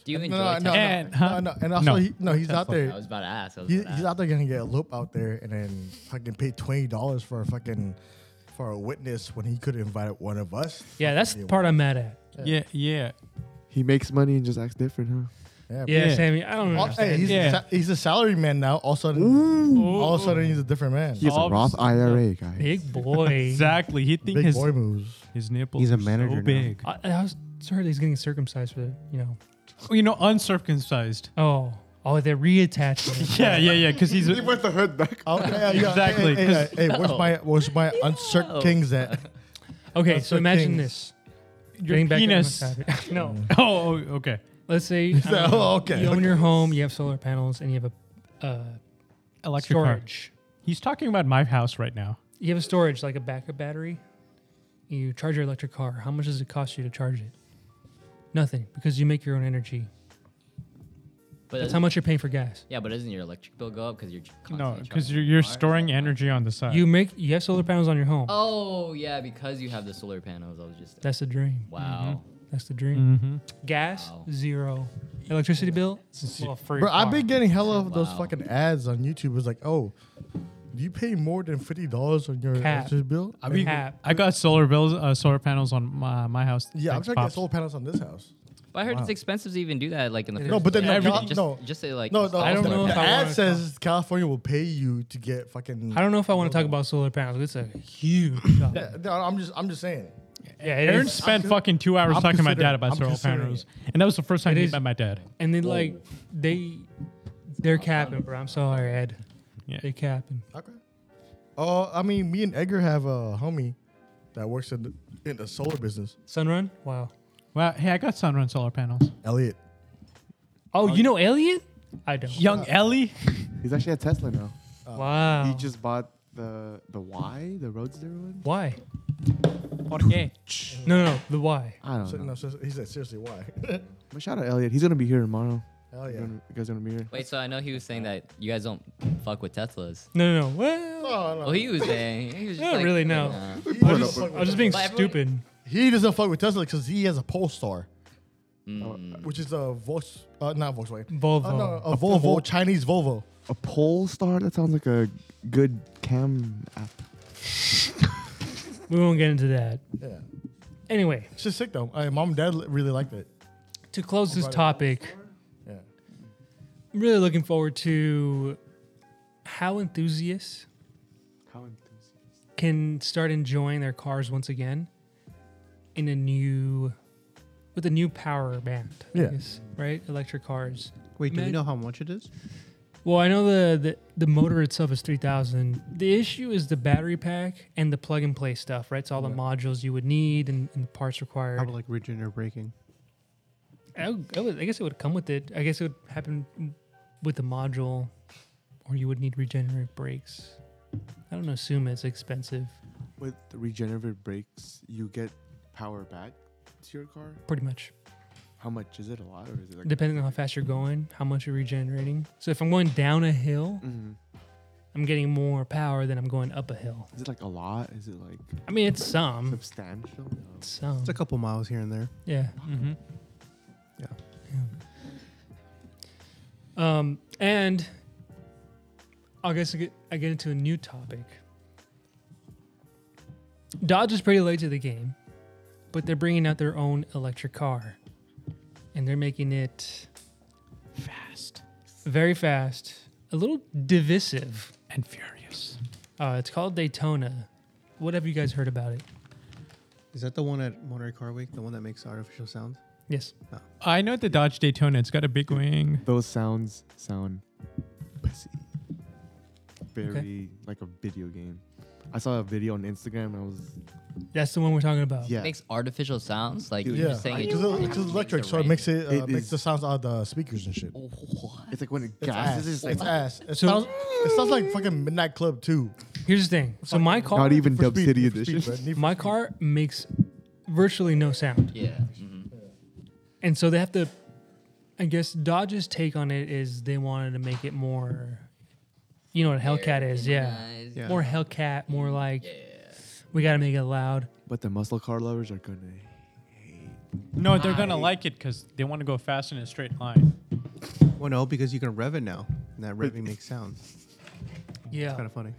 Do you enjoy?
No, no, no,
Tesla?
And-
no,
huh?
no, no. And also,
No.
he, no, he's out
I
there.
was about to ask. I was
He,
about to
he's
ask.
out there gonna get eloped out there and then fucking pay twenty dollars for a fucking for a witness when he could have invited one of us.
Yeah, that's the part I'm mad at.
Yeah, yeah.
He makes money and just acts different, huh?
Yeah,
Yeah.
Sammy, I don't
All-
know.
hey, he's,
Yeah.
a, sa- he's a salary man now. All of a sudden, all of a sudden, he's a different man.
He has a
Obs-
Roth IRA, guys.
Big boy.
*laughs* Exactly. He think
Big
his,
boy moves.
his nipples
He's a
are
manager
so
now.
big.
I, I was sorry that he's getting circumcised for the, you know.
Oh, You know, uncircumcised.
Oh, oh, they're reattaching.
*laughs* Yeah, yeah, yeah. Because *laughs* he's.
Put the hood back.
Okay, Oh, yeah, yeah,
Exactly,
Hey, hey, hey,
*laughs*
hey, where's my where's my uncert kings at?
Okay,
That's
so
the
imagine
thing.
this.
Your
Getting back to
penis.
homosexuality. *laughs* no,
*laughs* Oh, oh, okay.
let's say *laughs* I don't know,
Oh, okay.
you own your home, you have solar panels, and you have a uh,
Electric car.
storage.
He's talking about my house right now.
You have a storage like a backup battery. You charge your electric car. How much does it cost you to charge it? Nothing, because you make your own energy.
But
That's
doesn't-
how much you're paying for gas.
Yeah, but doesn't your electric bill go up because you're constantly
No, because
charging
you're,
your
you're
car?
storing energy on the side.
You make you have solar panels on your home.
Oh yeah, because you have the solar panels. I was just.
That's the dream.
wow.
That's the dream.
mm-hmm.
Gas
Wow.
zero. Electricity bill. Well, free
Bro, I've been getting hella of those
Wow.
fucking ads on YouTube. It's like, oh, do you pay more than fifty dollars on your
Cap.
electricity bill? I mean,
Cap.
I got solar bills, uh, solar panels on my, my house.
yeah, I'm
Thanks,
trying to get
Pops.
solar panels on this house.
But I heard it's
Wow.
expensive to even do that. Like in the
It
first.
is. No,
but then
place.
no,
Everything-
God-
just,
no.
Just say like.
No, no,
I don't
the,
know
the
if I
ad
wanna
says California will pay you to get fucking.
I don't know if I want to talk about solar panels. It's a *laughs* huge. topic.
No, I'm just, I'm just saying.
yeah, it
Aaron
is.
spent
I'm-
fucking two hours
I'm
talking to my dad
considering-
about
I'm
solar
considering
panels,
it.
and that was the first time
It
he
is-
met my dad.
And then like they, they're capping, bro. I'm sorry, Ed.
Yeah.
They capping.
Okay. Oh, I mean, me and Edgar have a homie that works in the, in the solar business.
Sunrun? Wow.
Well, hey, I got Sunrun solar panels.
Elliot.
Oh, you know Elliot? I don't.
Young Ellie?
He's actually at Tesla now.
Wow.
He just bought the the Y, the Roadster one.
Why? No, no, no, the why.
I don't
So,
know.
no, so- he said, seriously, why? *laughs*
But shout out Elliot. He's gonna be here tomorrow.
Hell
He's
yeah.
Mm.
gonna- you guys gonna be here?
Wait, so I know he was saying that you guys don't fuck with Teslas.
No, no, no. Well,
Oh, no.
Well, he was saying he was just
I don't
like,
really know.
uh,
I was just, I was just being
But everyone-
stupid.
He doesn't fuck with Tesla because he has a Polestar,
mm.
which is a Volks, uh, not Volkswagen.
Volvo.
Hmm. Uh,
Oh,
no, a, Volvo, Chinese Volvo.
A pole star? That sounds like a good cam app.
We won't get into that.
Yeah,
Anyway,
it's just sick though. Uh, mom and dad li- really liked it.
to close this
Right.
topic,
Yeah,
I'm really looking forward to how enthusiasts can start enjoying their cars once again in a new with a new power band. I
Yeah.
guess, right? Electric cars.
Wait, do we
Mag-
know how much it is?
Well, I know the, the, the motor itself is 3000. The issue is the battery pack and the plug and play stuff, right? So, all the modules you would need and, and the parts required.
Probably like region or braking.
I, would- I would- I guess it would come with it. I guess it would happen with the module, or you would need regenerate brakes. I don't assume it's expensive,
With the regenerative brakes, you get power back to your car.
pretty much.
How much is it? A lot, or is it like?
Depending on how fast you're going, how much you're regenerating. So if I'm going down a hill,
Mm-hmm.
Mhm.
I'm getting more power than I'm going up a hill.
Is it like a lot? Is it like
I mean, it's
Hmm.
some,
substantial?
it's some,
It's a couple miles here and there.
yeah.
Mm-hmm.
Um, and I guess I get, I get into a new topic. Dodge is pretty late to the game, but they're bringing out their own electric car, and they're making it
Fast
very fast, a little divisive.
and furious.
Uh, it's called Daytona. What have you guys heard about it?
Is that the one at Monterey Car Week? The one that makes artificial sound?
Yes,
I know the Dodge Daytona. It's got a big wing.
Those sounds sound pussy. Very
Okay.
like a video game. I saw a video on Instagram and I was
that's the one we're talking about.
yeah.
makes artificial sounds like
Dude,
you're
yeah,
just saying
because
it-
it's electric,
the
so it makes it, uh,
It
makes
is- Oh,
the sounds out of the speakers and shit.
rain.
It's like when it
It's ass.
gasses.
It's,
It's like
ass. It,
So-
sounds, it sounds like fucking Midnight Club too.
Here's the thing. So my car,
not even
For
Dub
speed-
City
for speed,
edition.
bro. Need for
my
speed.
car makes virtually no sound.
yeah. mhm.
and so they have to i guess dodge's take on it is they wanted to make it more you know what a hellcat is yeah.
Nice.
Yeah.
more hellcat more like we gotta make it loud
But the muscle car lovers are gonna.
No, they're gonna like it because they want to go fast in a straight line.
Well, no, because you can rev it now. And that *laughs* revving makes sound.
yeah
It's kind of funny.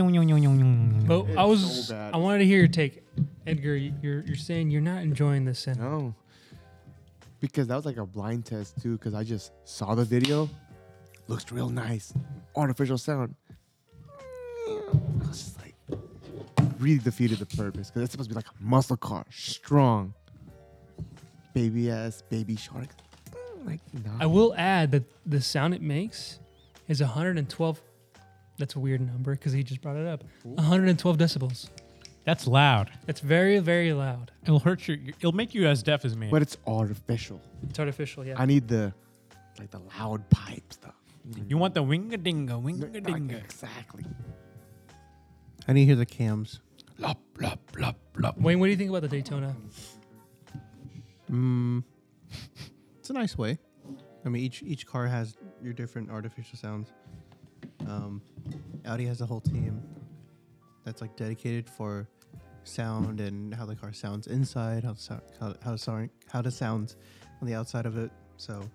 but i was
so bad.
i wanted to hear your take edgar you- you're you're saying you're not enjoying this sound
No. Because that was like a blind test too. Because I just saw the video. Looks real nice. Artificial sound. I was just like, really defeated the purpose. Because it's supposed to be like a muscle car, strong. Baby ass, baby shark. Like,
i
nah.
will add that the sound it makes is 112 that's a weird number because he just brought it up 112 decibels
That's loud.
that's very very loud
It'll hurt you. It'll make you as deaf as me.
but it's artificial.
it's artificial yeah
I need the, like the loud pipe stuff.
you want the wing a dinga, wing a
Like,
dinga.
Exactly.
I need to hear the cams.
wayne what do you think about the daytona
Mm, it's a nice way. I mean, each each car has your different artificial sounds. Um, Audi has a whole team that's like dedicated for sound and how the car sounds inside, how the sound, how how, sound, how the sounds on the outside of it. So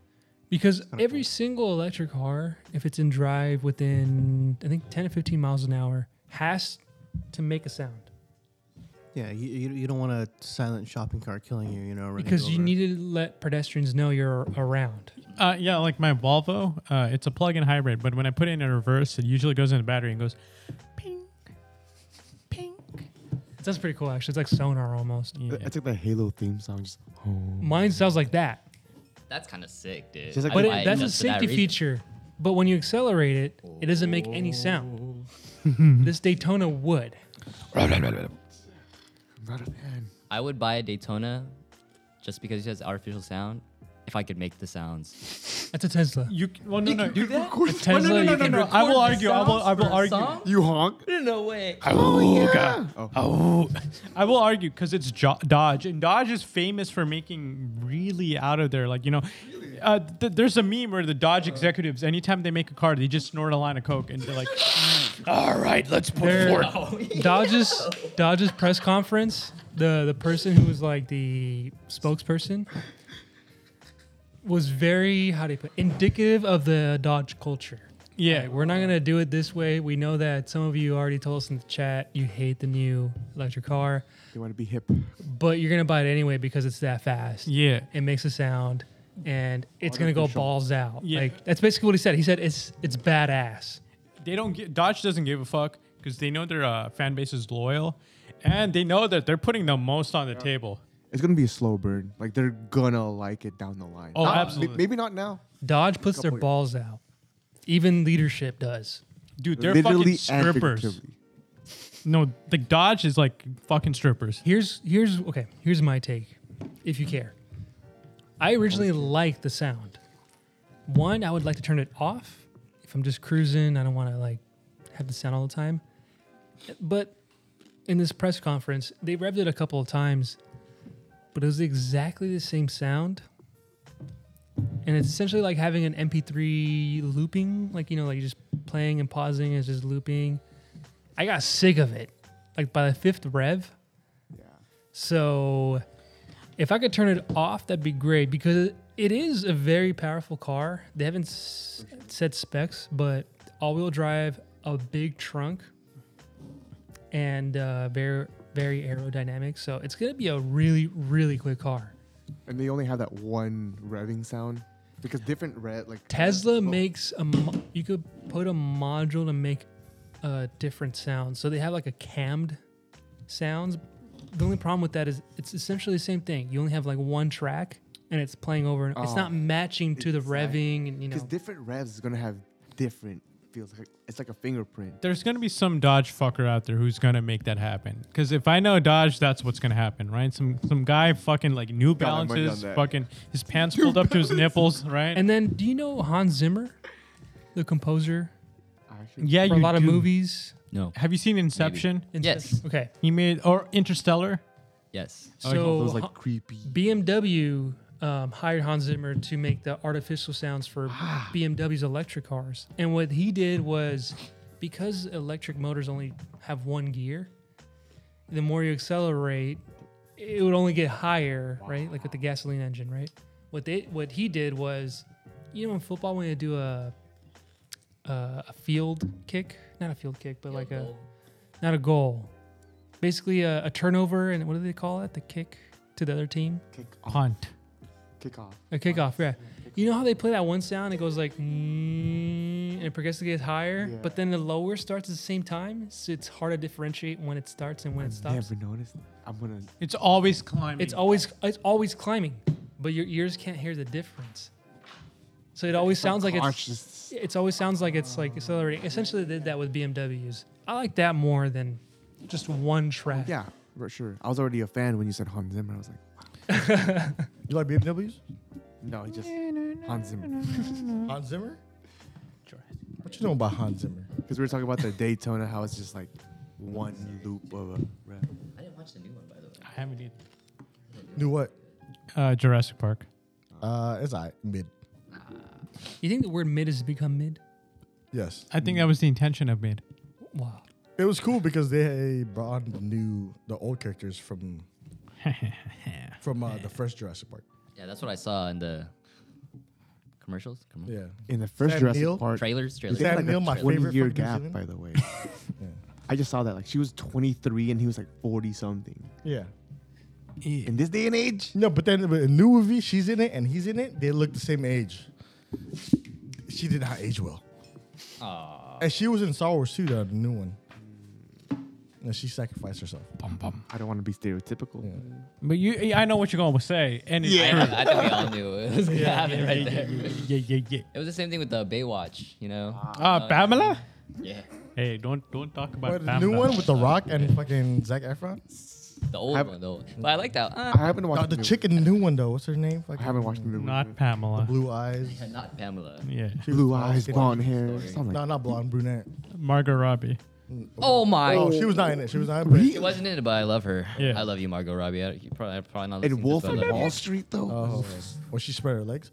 Because
kinda
every
cool.
single electric car, if it's in drive within, I think, 10 to 15 miles an hour, has to make a sound
yeah, you you, you don't want a silent shopping cart killing you, you know? running
because you
over.
need to let pedestrians know you're around.
Uh, yeah, like my Volvo, uh, it's a plug-in hybrid, but when I put it in reverse, it usually goes in the battery and goes ping, ping.
That's pretty cool, actually. It's like sonar almost.
Uh,
Yeah.
It's like the Halo theme song. Just, *laughs* oh.
Mine sounds like that,
That's kind of sick, dude.
Just like-
I
but
would
it,
buy it
that's a
just for that
safety
reason.
feature. But when you accelerate
Oh.
it, it doesn't make any sound. this Daytona would.
not a fan.
I would buy a Daytona just because it has artificial sound. If I could make the sounds,
That's
*laughs*
a Tesla.
You c- well, no, no,
do that.
a Tesla,
no, no,
you
no,
can-
no, no.
I will
Record the
argue. I will. I
sounds
will
for a
argue.
song?
*laughs* You honk?
No way.
Oh, God. Oh. *laughs* I will argue because it's jo- Dodge, and Dodge is famous for making really out of there. Like you know, uh, th- there's a meme where the Dodge executives, anytime they make a car, they just snort a line of coke, and they're like, *laughs* "All right, let's put
They're-
forth."
*laughs* Dodge's Dodge's press conference. The the person who was like the spokesperson was very how do you put indicative of the Dodge culture.
Yeah,
Like, we're not gonna do it this way. We know that some of you already told us in the chat you hate the new electric car,
You want to be hip.
but you're gonna buy it anyway because it's that fast.
yeah.
It makes a sound, and it's gonna go
Artificial.
balls out.
Yeah.
Like that's basically what he said. He said it's it's badass.
They don't get Dodge doesn't give a fuck because they know their uh, fan base is loyal, and they know that they're putting the most on the table.
It's gonna be a slow burn. Like they're gonna like it down the line.
Oh,
Not- may-
absolutely.
Maybe not now.
Dodge puts their
Couple years.
balls out. Even leadership does.
Dude, they're
Literally
fucking
and
strippers.
figuratively.
No, the Dodge is like fucking strippers.
Here's here's okay. Here's my take, if you care. I originally liked the sound. One, I would like to turn it off if I'm just cruising. I don't want to like have the sound all the time. But in this press conference, they revved it a couple of times, but it was exactly the same sound. And it's essentially like having an MP3 looping, like you know, like you're just playing and pausing and it's just looping. I got sick of it. Like by the fifth rev,
Yeah.
so if I could turn it off, that'd be great because it is a very powerful car. They haven't s- said specs, but all wheel drive, a big trunk, and uh, very, very aerodynamic. So it's going to be a really, really quick car.
And they only have that one revving sound because different red like
Tesla
Oh,
makes a, mo- you could put a module to make a different sound. So they have like a cammed sounds. The only problem with that is it's essentially the same thing. You only have like one track and it's playing over and it's
Oh,
not matching to the
exactly.
revving and you know.
Because different revs is gonna have different feels. Like it's like a fingerprint.
there's gonna be some Dodge fucker out there who's gonna make that happen. Because if I know Dodge, that's what's gonna happen, right? Some some guy fucking like
my
New
money on
Balances,
that.
fucking
*laughs*
his pants pulled up to his nipples, right?
and then do you know Hans Zimmer, the composer
I Actually,
yeah,
for a
you
lot of
do.
movies?
*laughs* No.
Have you seen Inception?
Yes.
Okay.
He made or Interstellar.
Yes.
I like all
So
those
Ha-
like creepy.
BMW um, hired Hans Zimmer to make the artificial sounds for BMW's electric cars. And what he did was because electric motors only have one gear, the more you accelerate, it would only get higher, right? Like with the gasoline engine, right? What they what he did was, you know, in football when you do a a, a field kick, not a field kick, but like a not a goal, basically a, a turnover, and what do they call it? The kick to the other team.
Kick off.
Punt.
Kick off.
A kickoff, yeah. You know how they play that one sound? It goes like, mm, and it progressively gets higher,
Yeah.
but then the lower starts at the same time. So it's hard to differentiate when it starts and when it stops.
Never noticed. I'm gonna.
It's always climbing.
It's always it's always climbing, but your ears can't hear the difference. So it always sounds like it's
conscious.
it's always sounds like it's like accelerating. Essentially, they did that with BMWs. I like that more than just one track.
Yeah, for sure. I was already a fan when you said Hans Zimmer. I was like,
You like BMWs?
no, he just Hans
*laughs*
Zimmer.
Hans Zimmer? What you know about Hans Zimmer?
Because we were talking about the Daytona, how it's just like one loop of a rep.
I didn't watch the new one by the way.
I haven't either.
Do what?
Uh, Jurassic Park.
Uh, it's I mid.
You think the word mid has become mid?
Yes,
I think that was the intention of made.
Wow.
it was cool because they brought on the new, the old characters from from uh, the first Jurassic Park.
Yeah, that's what I saw in the commercials. Commer-
Yeah,
In the first
Sam
Jurassic
Neill?
Park,
Trailers, trailers.
they had like
Sam Neill, my
a
favorite
20 year
from New
gap,
Zealand?
by the way.
Yeah.
I just saw that. Like she was 23 and he was like 40 something.
yeah.
In this day and age,
No, but then with a new movie, she's in it and he's in it. They look the same age. She did not age well,
Aw.
and she was in Star Wars too, the new one. And she sacrificed herself.
Bum, bum.
I don't want to be stereotypical.
Yeah.
But you, I know what you're gonna say, and it's
I,
true.
I think we all knew *laughs* it was gonna happen right
yeah,
there.
yeah, yeah, yeah, yeah.
It was the same thing with the Baywatch, you know.
Uh, Pamela.
yeah.
Hey, don't don't talk about
But the new
Pamela.
one with The Rock and fucking Zach Efron.
The old
I've-
one though. But I like that. Uh,
I haven't
Uh,
watched
the
new-
chick in the new one though. What's her name? Like
I haven't watched the movie.
Not
the
Pamela.
blue eyes.
not Pamela.
Yeah,
She was
blue
tall,
eyes,
skinny.
blonde hair.
Sorry.
Something.
No, not blonde, brunette.
Margot Robbie.
Oh my!
Oh, she was not in it. She was not in it.
It wasn't in it, but I love her.
Yeah.
I love you, Margot Robbie. I, you probably, probably not. listening
and
to
Wolf
this,
of
but I love
Wall
you.
Street though.
Oh, when she spread her legs.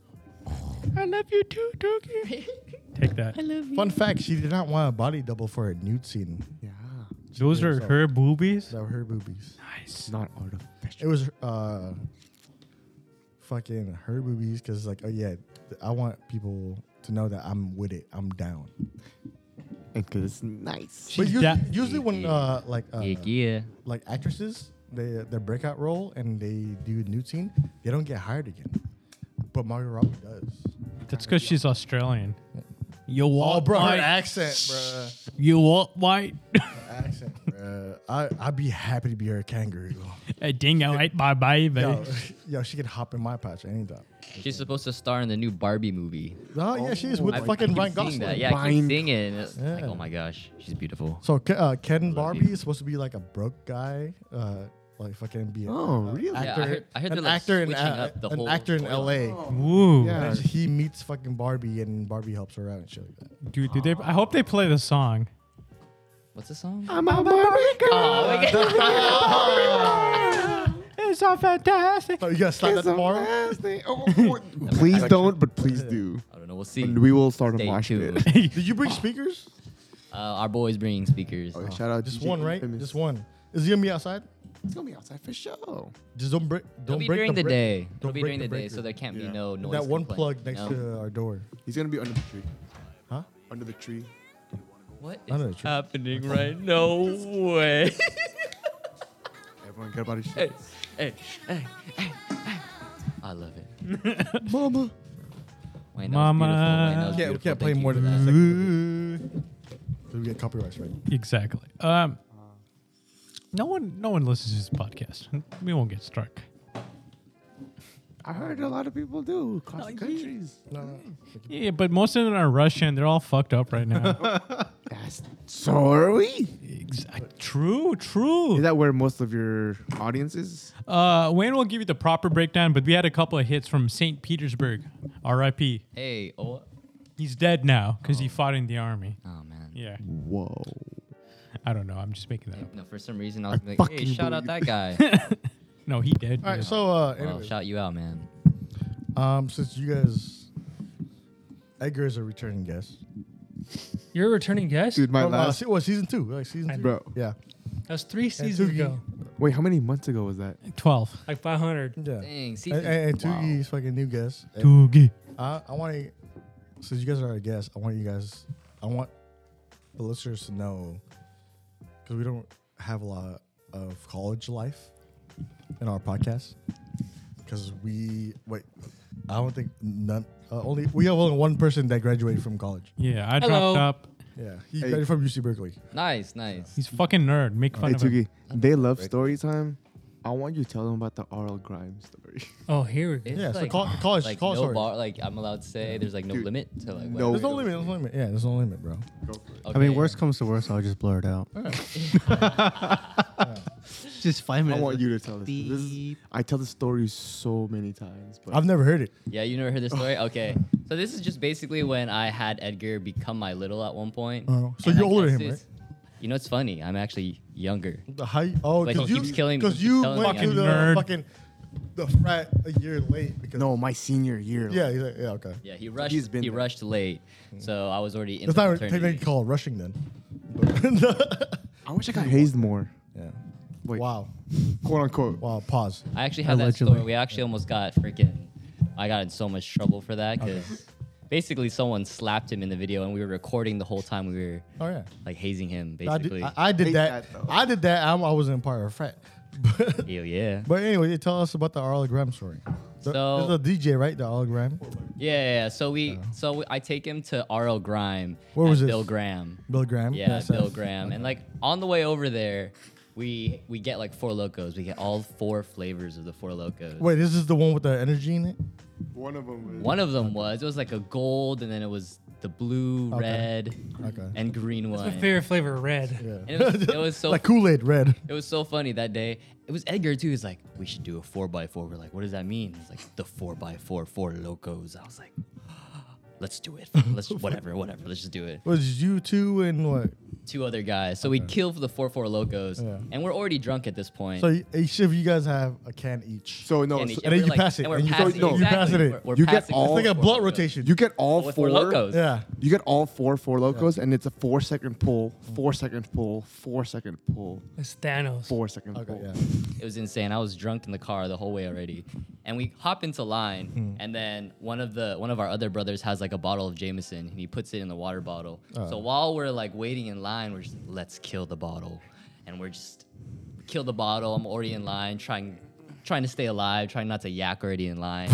I love you too, Dookie. Take that.
Fun fact: She did not want a body double for her nude scene.
Yeah,
Those are
So-
her boobies.
That were her boobies.
Nice.
it's not artificial.
It was uh, fucking her boobies because like oh yeah, I want people to know that I'm with it. I'm down.
And because it's nice.
But
She's
usually,
down.
usually when uh like uh,
Yeah, yeah.
like actresses they their breakout role and they do a nude scene, they don't get hired again. But Margot Robbie does.
That's because she's Australian. You
Oh,
want
bro, her
white?
accent, bro.
You want white? *laughs*
accent, bro. I I'd be happy to be her kangaroo.
A dingo ate my baby.
Yo, yo, she could hop in my pouch anytime.
She's supposed to star in the new Barbie movie.
Oh, yeah, she's with
I- I
fucking
keep
Ryan
seeing
Gosling.
That. Yeah, I keep
Ryan-
seeing it. and it's Like,
Yeah.
oh my gosh, she's beautiful.
So Ke- uh, Ken
Love you.
Barbie is supposed to be like a broke guy, uh, like fucking be a,
Oh,
a
really?
Yeah, I
actor,
heard- I heard
an
they're, like,
actor in
switching
uh,
up the
an
whole
actor in
storyline.
L.A.
Woo.
Yeah.
And he meets fucking Barbie, and Barbie helps her out and shit like that.
Dude, do they, I hope they play the song.
What's the song?
Ah.
I'm a Barbie girl.
Oh my god!
It's all fantastic.
So Oh, you gotta slap that
It's a
tomorrow.
nasty-
*laughs*
oh, oh, please don't, but please do.
I don't know. We'll see.
And we will start
Um, Stay
watching
tuned.
it.
Did you bring speakers?
*laughs* Uh, our boys bringing
Oh,
speakers.
Okay, Oh, shout out
Just
DJ
one, right?
Infamous.
Just one. Is he gonna be outside?
It's gonna be outside for sure.
Just don't break.
It'll
Don't
be
break
during the,
break-
day. It'll
don't
be
break
during the day,
breaker.
so there can't
Yeah.
be no noise.
that one
complaint.
plug next
No.
to our door.
He's gonna be under the tree.
Huh?
Under the tree.
What
I
is
know the truth.
happening right? No way.
Everyone care about his
hey,
shit.
hey, hey, hey, hey. I love it.
Mama.
Wayne, that was beautiful.
Mama.
Wayne, that was
Yeah, we
beautiful.
can't play
Thank you
more
for
than
that.
that. Second. So we get copyright right?
Exactly. Um, no one, no one listens to this podcast. We won't get struck.
I heard a lot of people do
Oh,
across the countries.
No.
Yeah, but most of them are Russian. They're all fucked up right *laughs* now.
That's so are we.
exactly. True.
Is
True.
that where most of your audience is?
Uh, Wayne will give you the proper breakdown, but we had a couple of hits from Saint Petersburg. R.I.P.
Hey, oh,
He's dead now because he fought in the army.
oh man.
Yeah.
Whoa.
I don't know. I'm just making that up.
No, for some reason I was like, hey,
fucking
shout out that
believe-
*laughs*
guy.
No, he dead.
All
now.
right. So, uh,
I'll
anyways,
shout you out, man.
um, since you guys, Edgar is a returning guest.
You're a returning guest?
Dude, my
From, uh,
last
se- what season two? Like season
I-
two?
bro.
Yeah.
That was three
And
seasons
Tugi.
ago.
Wait, how many months ago was that?
twelve.
Like 500.
Yeah.
Dang,
And, and,
season.
and Tugi's fucking new guest. And
Doogie.
I, I want to, since you guys are our guest, I want you guys, I want the listeners to know, because we don't have a lot of college life in our podcast, because we wait, I don't think none. Uh, only we have only one person that graduated from college.
Yeah, I
Hello.
dropped up.
Yeah, he
Hey.
graduated from UC Berkeley.
Nice, nice.
He's fucking nerd. Make fun
Hey
of him.
Tugi, they love story time. I want you to tell them about the Arl Grimes story. *laughs*
Oh, here we go.
It's
yeah, so
like-
call, college,
Like
college
no
stories.
bar, like I'm allowed to say there's like no
Dude,
limit to like.
no.
There's no limit. There's no limit. Yeah, there's no limit, bro.
I mean, worst comes to worst, I'll just blur it out. *laughs* just five
I
minutes.
want you to tell this. this is,
Beep.
I tell the story so many times, but
I've never heard it.
Yeah, you never heard
*laughs*
this story. Okay, so this is just basically when I had Edgar become my little at one point.
Oh, so
And
you're
I
older
guess
than him,
it's- You know, it's funny. I'm actually younger.
The high, oh,
Like,
because
he
you,
keeps killing-
because
he
you
keeps
went to
telling
the
me I'm-
fucking the frat a year late. Because
no, my senior year.
Yeah, he's like, yeah, okay.
Yeah, he rushed.
He's been
he
there.
rushed late, so I was already in
It's
the
Mm. not
fraternity.
technically called rushing
*laughs*
then.
I wish I got hazed more.
yeah.
Wait.
Wow.
Quote unquote.
Wow. Pause.
I actually had that
Allegedly.
story. We actually almost got freaking. I got in so much trouble for that because basically someone slapped him in the video, and we were recording the whole time. We were
Oh yeah.
like hazing him,
I did,
basically.
I, I did
Hate
that.
that, though.
I did that. I'm, I wasn't part of a frat. *laughs* But,
Ew, yeah.
but anyway, you tell us about the Arlo Graham story. The,
So-
there's a DJ, right? The Arlo Graham.
Yeah, yeah, yeah. So we, so we, I take him to R.L. Grime.
Uh. Where was
and
this?
Bill Graham.
Bill Graham.
Yeah,
Yes,
Bill
yes.
Graham. And like on the way over there, we we get like four locos. We get all four flavors of the four locos.
Wait, this is the one with the energy in it.
One of them.
One of them was it was like a gold, and then it was the blue,
Okay.
red,
Okay.
and green
That's
one.
my favorite flavor, red.
yeah.
And it, was, it
*laughs*
was so
like Kool Aid red.
it was so funny that day. It was Edgar too. He's like, we should do a four by four. We're like, what does that mean? He's like, the four by four, four locos. I was like, "Ah, let's do
*laughs*
it. Let's whatever, whatever. Let's just do it.
Was you two and what?
Two other guys. So we'd kill for the four four locos,
Yeah.
and we're already drunk at this point.
So y- each of you guys have a can each.
So no,
and,
so
and
then
we're
you
like-
pass it,
And we're
and you
passing,
don't- no, you
exactly.
pass it in.
We're- we're
You get
passing
all-
it's like a
four
blunt
Locos.
rotation.
you get all
With
four.
four locos.
yeah.
You get all four four locos, and it's a four second pull, four second pull, four second pull,
It's Thanos.
four second
Okay.
pull.
Yeah.
It was insane. I was drunk in the car the whole way already, and we hop into line,
Hmm.
and then one of the one of our other brothers has like a bottle of Jameson, and he puts it in the water bottle.
Uh.
So while we're like waiting in line, we're just like, let's kill the bottle, and we're just kill the bottle. I'm already in line, trying trying to stay alive, trying not to yak already in line.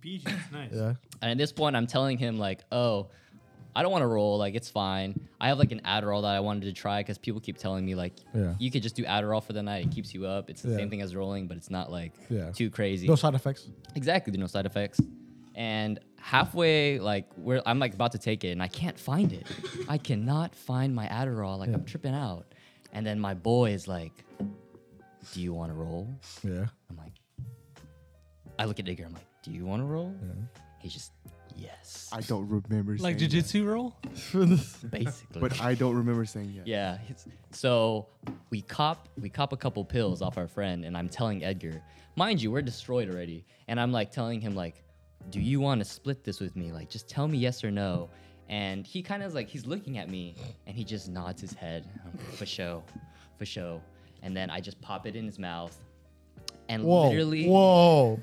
BG's nice.
Yeah.
And at this point, I'm telling him like, "Oh, I don't want to roll. Like, it's fine. I have like an Adderall that I wanted to try because people keep telling me like,
Yeah.
you could just do Adderall for the night. It keeps you up. It's the
Yeah.
same thing as rolling, but it's not like
Yeah.
too crazy.
No side effects.
exactly. There's no side effects. And halfway, like, where I'm like about to take it, and I can't find it. I cannot find my Adderall. Like, I'm tripping out. And then my boy is like, "Do you want to roll?"
Yeah.
I'm like, I look at Edgar. I'm like, "Do you want to roll?" He's just, "Yes." *laughs*
Mm-hmm. I don't remember.
Like
saying
jujitsu roll?
basically.
that, but I don't remember saying yes.
yeah, it's- so we cop we cop a couple pills off our friend, and I'm telling Edgar, mind you, we're destroyed already, and I'm like telling him like, do you want to split this with me? Like, just tell me yes or no. And he kind of like he's looking at me, and he just nods his head I'm like, for show, for show. And then I just pop it in his mouth, and
Whoa.
literally
Whoa.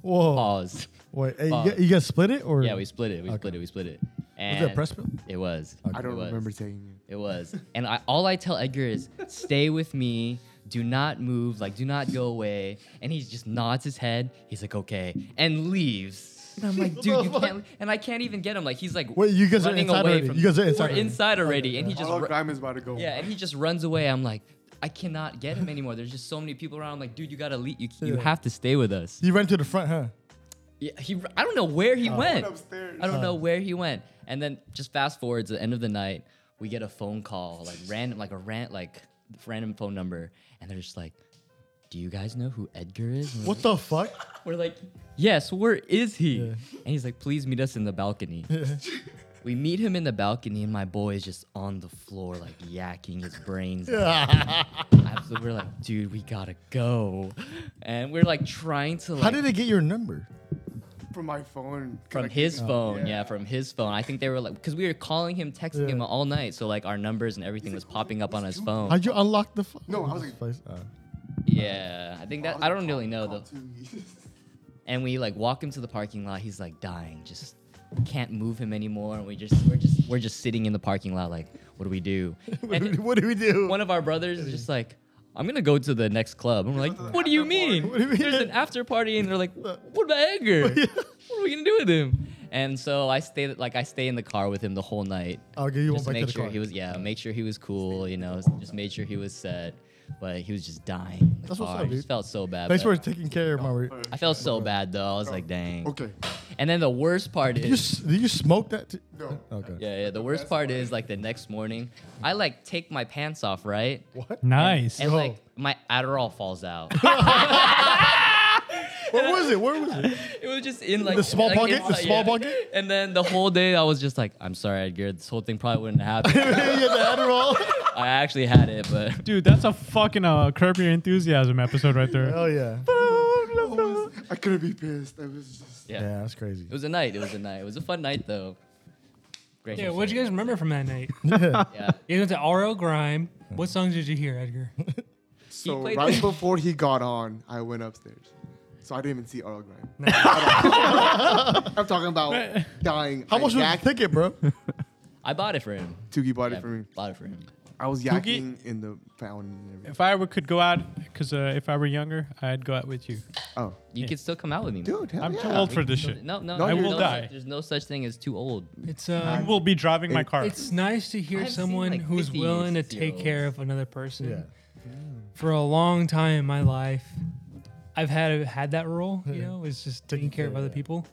Whoa.
pause.
Wait. hey,
Pause.
you, guys, you guys split it or?
Yeah, we split it. We split it. We split it. And
Was it a press pill?
It was.
I
It
don't
was.
remember saying
It was. And I, all I tell Edgar is, stay with me. Do not move. Like, do not go away. And he just nods his head. He's like, okay, and leaves. And I'm like, dude, *laughs* you can't. And I can't even get him. Like, he's like,
Wait, you guys are
running
inside
away
already.
From,
You guys are inside
We're
already.
inside already. And he
yes.
just,
Our
ru-
time is about to go.
yeah, and he just runs away. I'm like, I cannot get him anymore. There's just so many people around. I'm like, dude, you gotta leave. You, you
Yeah.
have to stay with us.
You ran to the front, huh?
Yeah, he. I don't know where
Oh.
he went.
upstairs.
I don't know where he went. And then just fast forward to the end of the night, we get a phone call, like random, like a rant, like random phone number, and they're just like, "Do you guys know who Edgar is?" And
What the
*laughs*
fuck?
We're like, "Yes, where is he?" And he's like, "Please meet us in the balcony." we meet him in the balcony, and my boy is just on the floor, like yakking his brains. out. Absolutely, we're like, "Dude, we gotta go," and we're like trying to. Like,
How did they get your number?
From my phone. 'cause
from
I couldn't-
his phone, yeah. from his phone. I think they were like, because we were calling him, texting him
Yeah.
all night, so like our numbers and everything was popping up on his phone.
How'd you unlock the Uh, phone?
No, I was like-
yeah, I think
I
that
was
I
like,
don't really know
call
though.
*laughs* two.
And we like walk him to the parking lot. He's like dying, just can't move him anymore. And we just we're just we're just sitting in the parking lot, like, what do we do? *laughs* And
*laughs* what do we do?
one of our brothers is just like. I'm gonna go to the next club. And we're like, what do you mean?
do you mean?
There's an after party, and they're like, what about Edgar? What are we gonna do with him? And so I stay like I stay in the car with him the whole night.
I'll give you one
just
back to
make
the
sure
car.
he was yeah, make sure he was cool, you know, s- just made sure he was set. But he was just dying. in the
That's what's
car. I
up,
just
dude.
felt so bad.
Thanks for
but
taking care of my. Re-
I felt so bad though. I was like, dang.
Okay.
And then the worst part
you,
is
s- did you smoke that? T-
No.
*laughs* Okay.
yeah, yeah. The worst part is like the next morning, I like take my pants off, right?
What?
Nice.
And like my Adderall falls
*laughs*
out. *laughs*
Where was it? Where was it?
It was just in like *laughs*
The small
like,
pocket? The
inside-
small pocket? *laughs*
And then the whole day I was just like, I'm sorry, Edgar. This whole thing probably wouldn't have
*laughs*
happened.
yeah, the Adderall. *laughs*
I actually had it, but
Dude, that's a fucking uh, Curb Your Enthusiasm episode right there.
*laughs* Hell yeah.
I couldn't be pissed. I was just.
yeah.
Yeah, that's crazy.
It was a night. It was a night. It was a fun night though. Great.
Yeah, what'd you guys remember from that night?
Yeah.
You went to R.O. Grime. What songs did you hear, Edgar?
So
played
right
the-
before he got on, I went upstairs. So I didn't even see Earl Grime. *laughs* I'm talking
*laughs*
about dying.
How much was the
yacked,
ticket, bro?
I bought it for him.
Toogie bought
Yeah,
it for me.
Bought it for him.
I was
Tookie?
yakking in the fountain and everything.
If I were, could go out, because uh, if I were younger, I'd go out with you.
Oh,
You could still come out with me. man.
dude, hell
I'm
yeah.
too old for this shit.
No, no,
No,
there's
I will
no
die.
such- There's no such thing as too old.
It's uh,
I will be driving my
It-
car.
it's nice to hear
I've seen,
someone
like,
who's
50
willing to
years
take
ago.
care of another person.
Yeah.
For a long time in my life, I've had had that role. You know, it's just taking care of
care,
other
yeah.
people.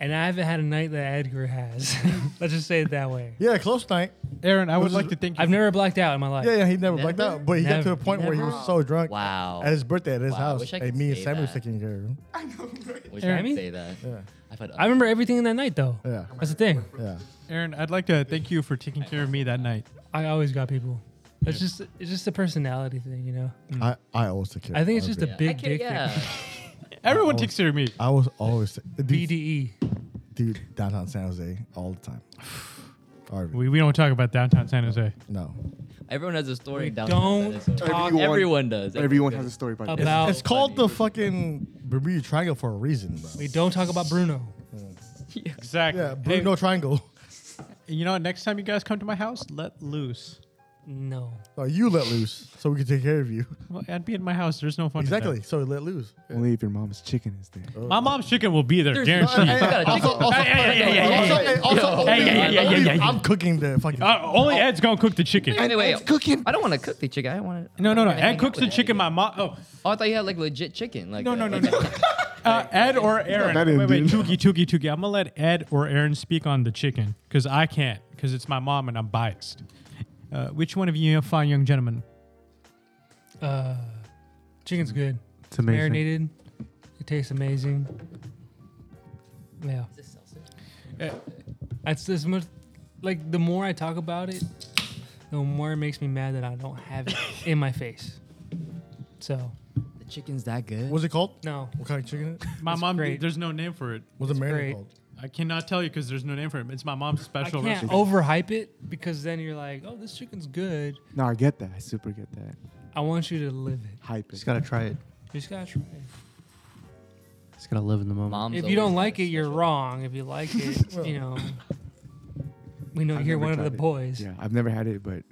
and I haven't had a night that Edgar has. *laughs* Let's just say it that way.
Yeah, close night.
Aaron, I
This
would
is-
like to thank you.
I've never blacked out in my life.
Yeah, yeah, he never, blacked
Never?
out, but he got to a
Never.
point where he
Never.
was so drunk
Wow.
at his birthday at his
Wow, I
house,
wish I
and
could
me and
say
Sammy was
that.
taking care of him.
Wish I
Jeremy?
could say that.
Yeah,
I've had
I remember everything in that night though.
yeah,
That's the thing.
yeah.
Aaron, I'd like to thank you for taking care of me that night.
I always got people. That's just it's just a personality thing, you know.
I, I always took care.
I think it's
of
just a
everything.
I
big
could-
dick
yeah.
thing.
Everyone takes care of me.
I was always t- dude,
BDE.
dude downtown San Jose all the time. Harvey,
We, we don't talk about downtown San Jose.
no,
Everyone has a story
We
down
don't talk
Everyone, does.
Everyone has a story about this.
about.
it's called the fucking Bermuda Triangle for a reason, bro.
we don't talk about Bruno.
Exactly.
Yeah, Bermuda Triangle. *laughs*
you know, what? next time you guys come to my house, let loose.
No.
No, you let loose so we can take care of you.
Well, I'd be in my house. There's no fun. in that.
Exactly. So let loose.
Only if your mom's chicken is there.
My mom's chicken will be there,
There's
guaranteed.
no- *laughs* I got a chicken.
Hey, hey, hey, hey, hey,
Also,
hey.
hey, also,
yeah,
only-
yeah, yeah, yeah, yeah.
I'm cooking the fucking.
Uh, only Ed's gonna cook the chicken.
Anyway,
It's cooking.
I don't want to cook the chicken. I want to.
No, no, no.
Hang
Ed
out
cooks
with
the chicken. My mom. Oh,
Oh, I thought you had like legit chicken. Like
no,
uh,
no, no,
like-
no. Uh, Ed or Aaron.
that
Wait,
in,
wait, wait.
dude.
Tookie, Tookie, Tookie. I'm gonna let Ed or Aaron speak on the chicken because I can't because it's my mom and I'm biased. Uh, which one of you fine young gentlemen?
Uh, chicken's good.
It's amazing.
Marinated. It tastes amazing. Yeah. Uh, That's this much. Like the more I talk about it, the more it makes me mad that I don't have it in my face. So
The chicken's that good.
What's it called?
no,
What kind of chicken? it is?
My
It's
mom.
great.
There's no name for it.
What's the marinade
great.
called?
I cannot tell you because there's no name for it. It's my mom's
I
special
can't
recipe.
overhype it because then you're like, oh, this chicken's good.
No, I get that. I super get that.
I want you to live it.
Hype it.
Just *laughs* gotta try it.
You just gotta try it.
Just gotta live in the moment.
Mom's
If you
always
don't
had
like
a
it, you're
special-
wrong. If you like it, you know. We know
I've
you're
never
one of
tried
the
it.
boys.
Yeah, I've never had it, but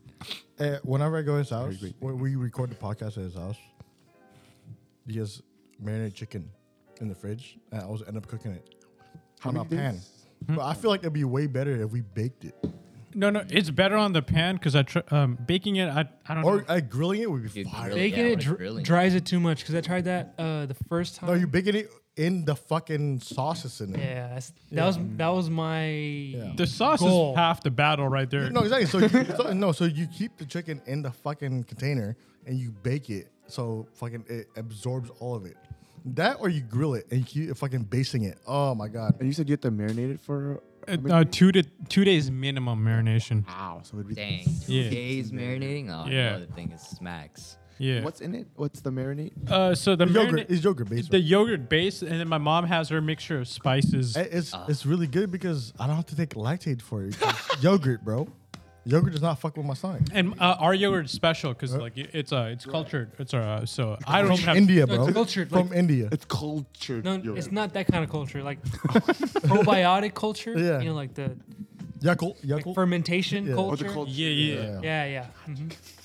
Uh, whenever I go to his house,
great.
when we record the podcast at his house, he has marinated chicken in the fridge, and I always end up cooking it
How
on a
many days?
pan. But I feel like it'd be way better if we baked it,
No, no. It's better on the pan because I tr- um, baking it. I, I don't
or
know.
uh, grilling it would be
Dude,
fire.
grill
Baking
Yeah,
it
like
dr-
grilling.
dries it too much because I tried that uh, the first time.
No, you baking it in the fucking sauces in it.
yeah, that's, that was that was my.
The sauce
Goal.
is half the battle right
*laughs*
there.
No, exactly. So, you, so no, so you keep the chicken in the fucking container and you bake it, so fucking it absorbs all of it. That or you grill it and you keep fucking basting it. Oh my god.
and you said you have to marinate it for.
Uh,
how many
uh,
days?
two to two days minimum marination.
Wow, so it'd be
Dang. Two
Yeah.
days marinating. Oh, yeah.
Yeah.
The thing is smacks.
Yeah.
What's in it? What's the marinate?
Uh, so the
yogurt
marinade-
is yogurt based.
the
right?
yogurt base, and then my mom has her mixture of spices.
It- It's it's really good because I don't have to take lactate for it.
*laughs*
'cause yogurt, bro. Yogurt does not fuck with my stomach.
And uh, our yogurt is special because like it- it's uh, it's cultured. It's uh, so I don't even have
India,
No, it's
bro.
cultured,
From
like-
India.
It's cultured.
No,
yogurt.
it's not that kind of culture. Like probiotic culture.
Yeah.
You know, like the
Yakult,
like
Yakult.
fermentation
Yeah. Or
Or the
culture.
culture.
Yeah, yeah, yeah.
Yeah.
Yeah,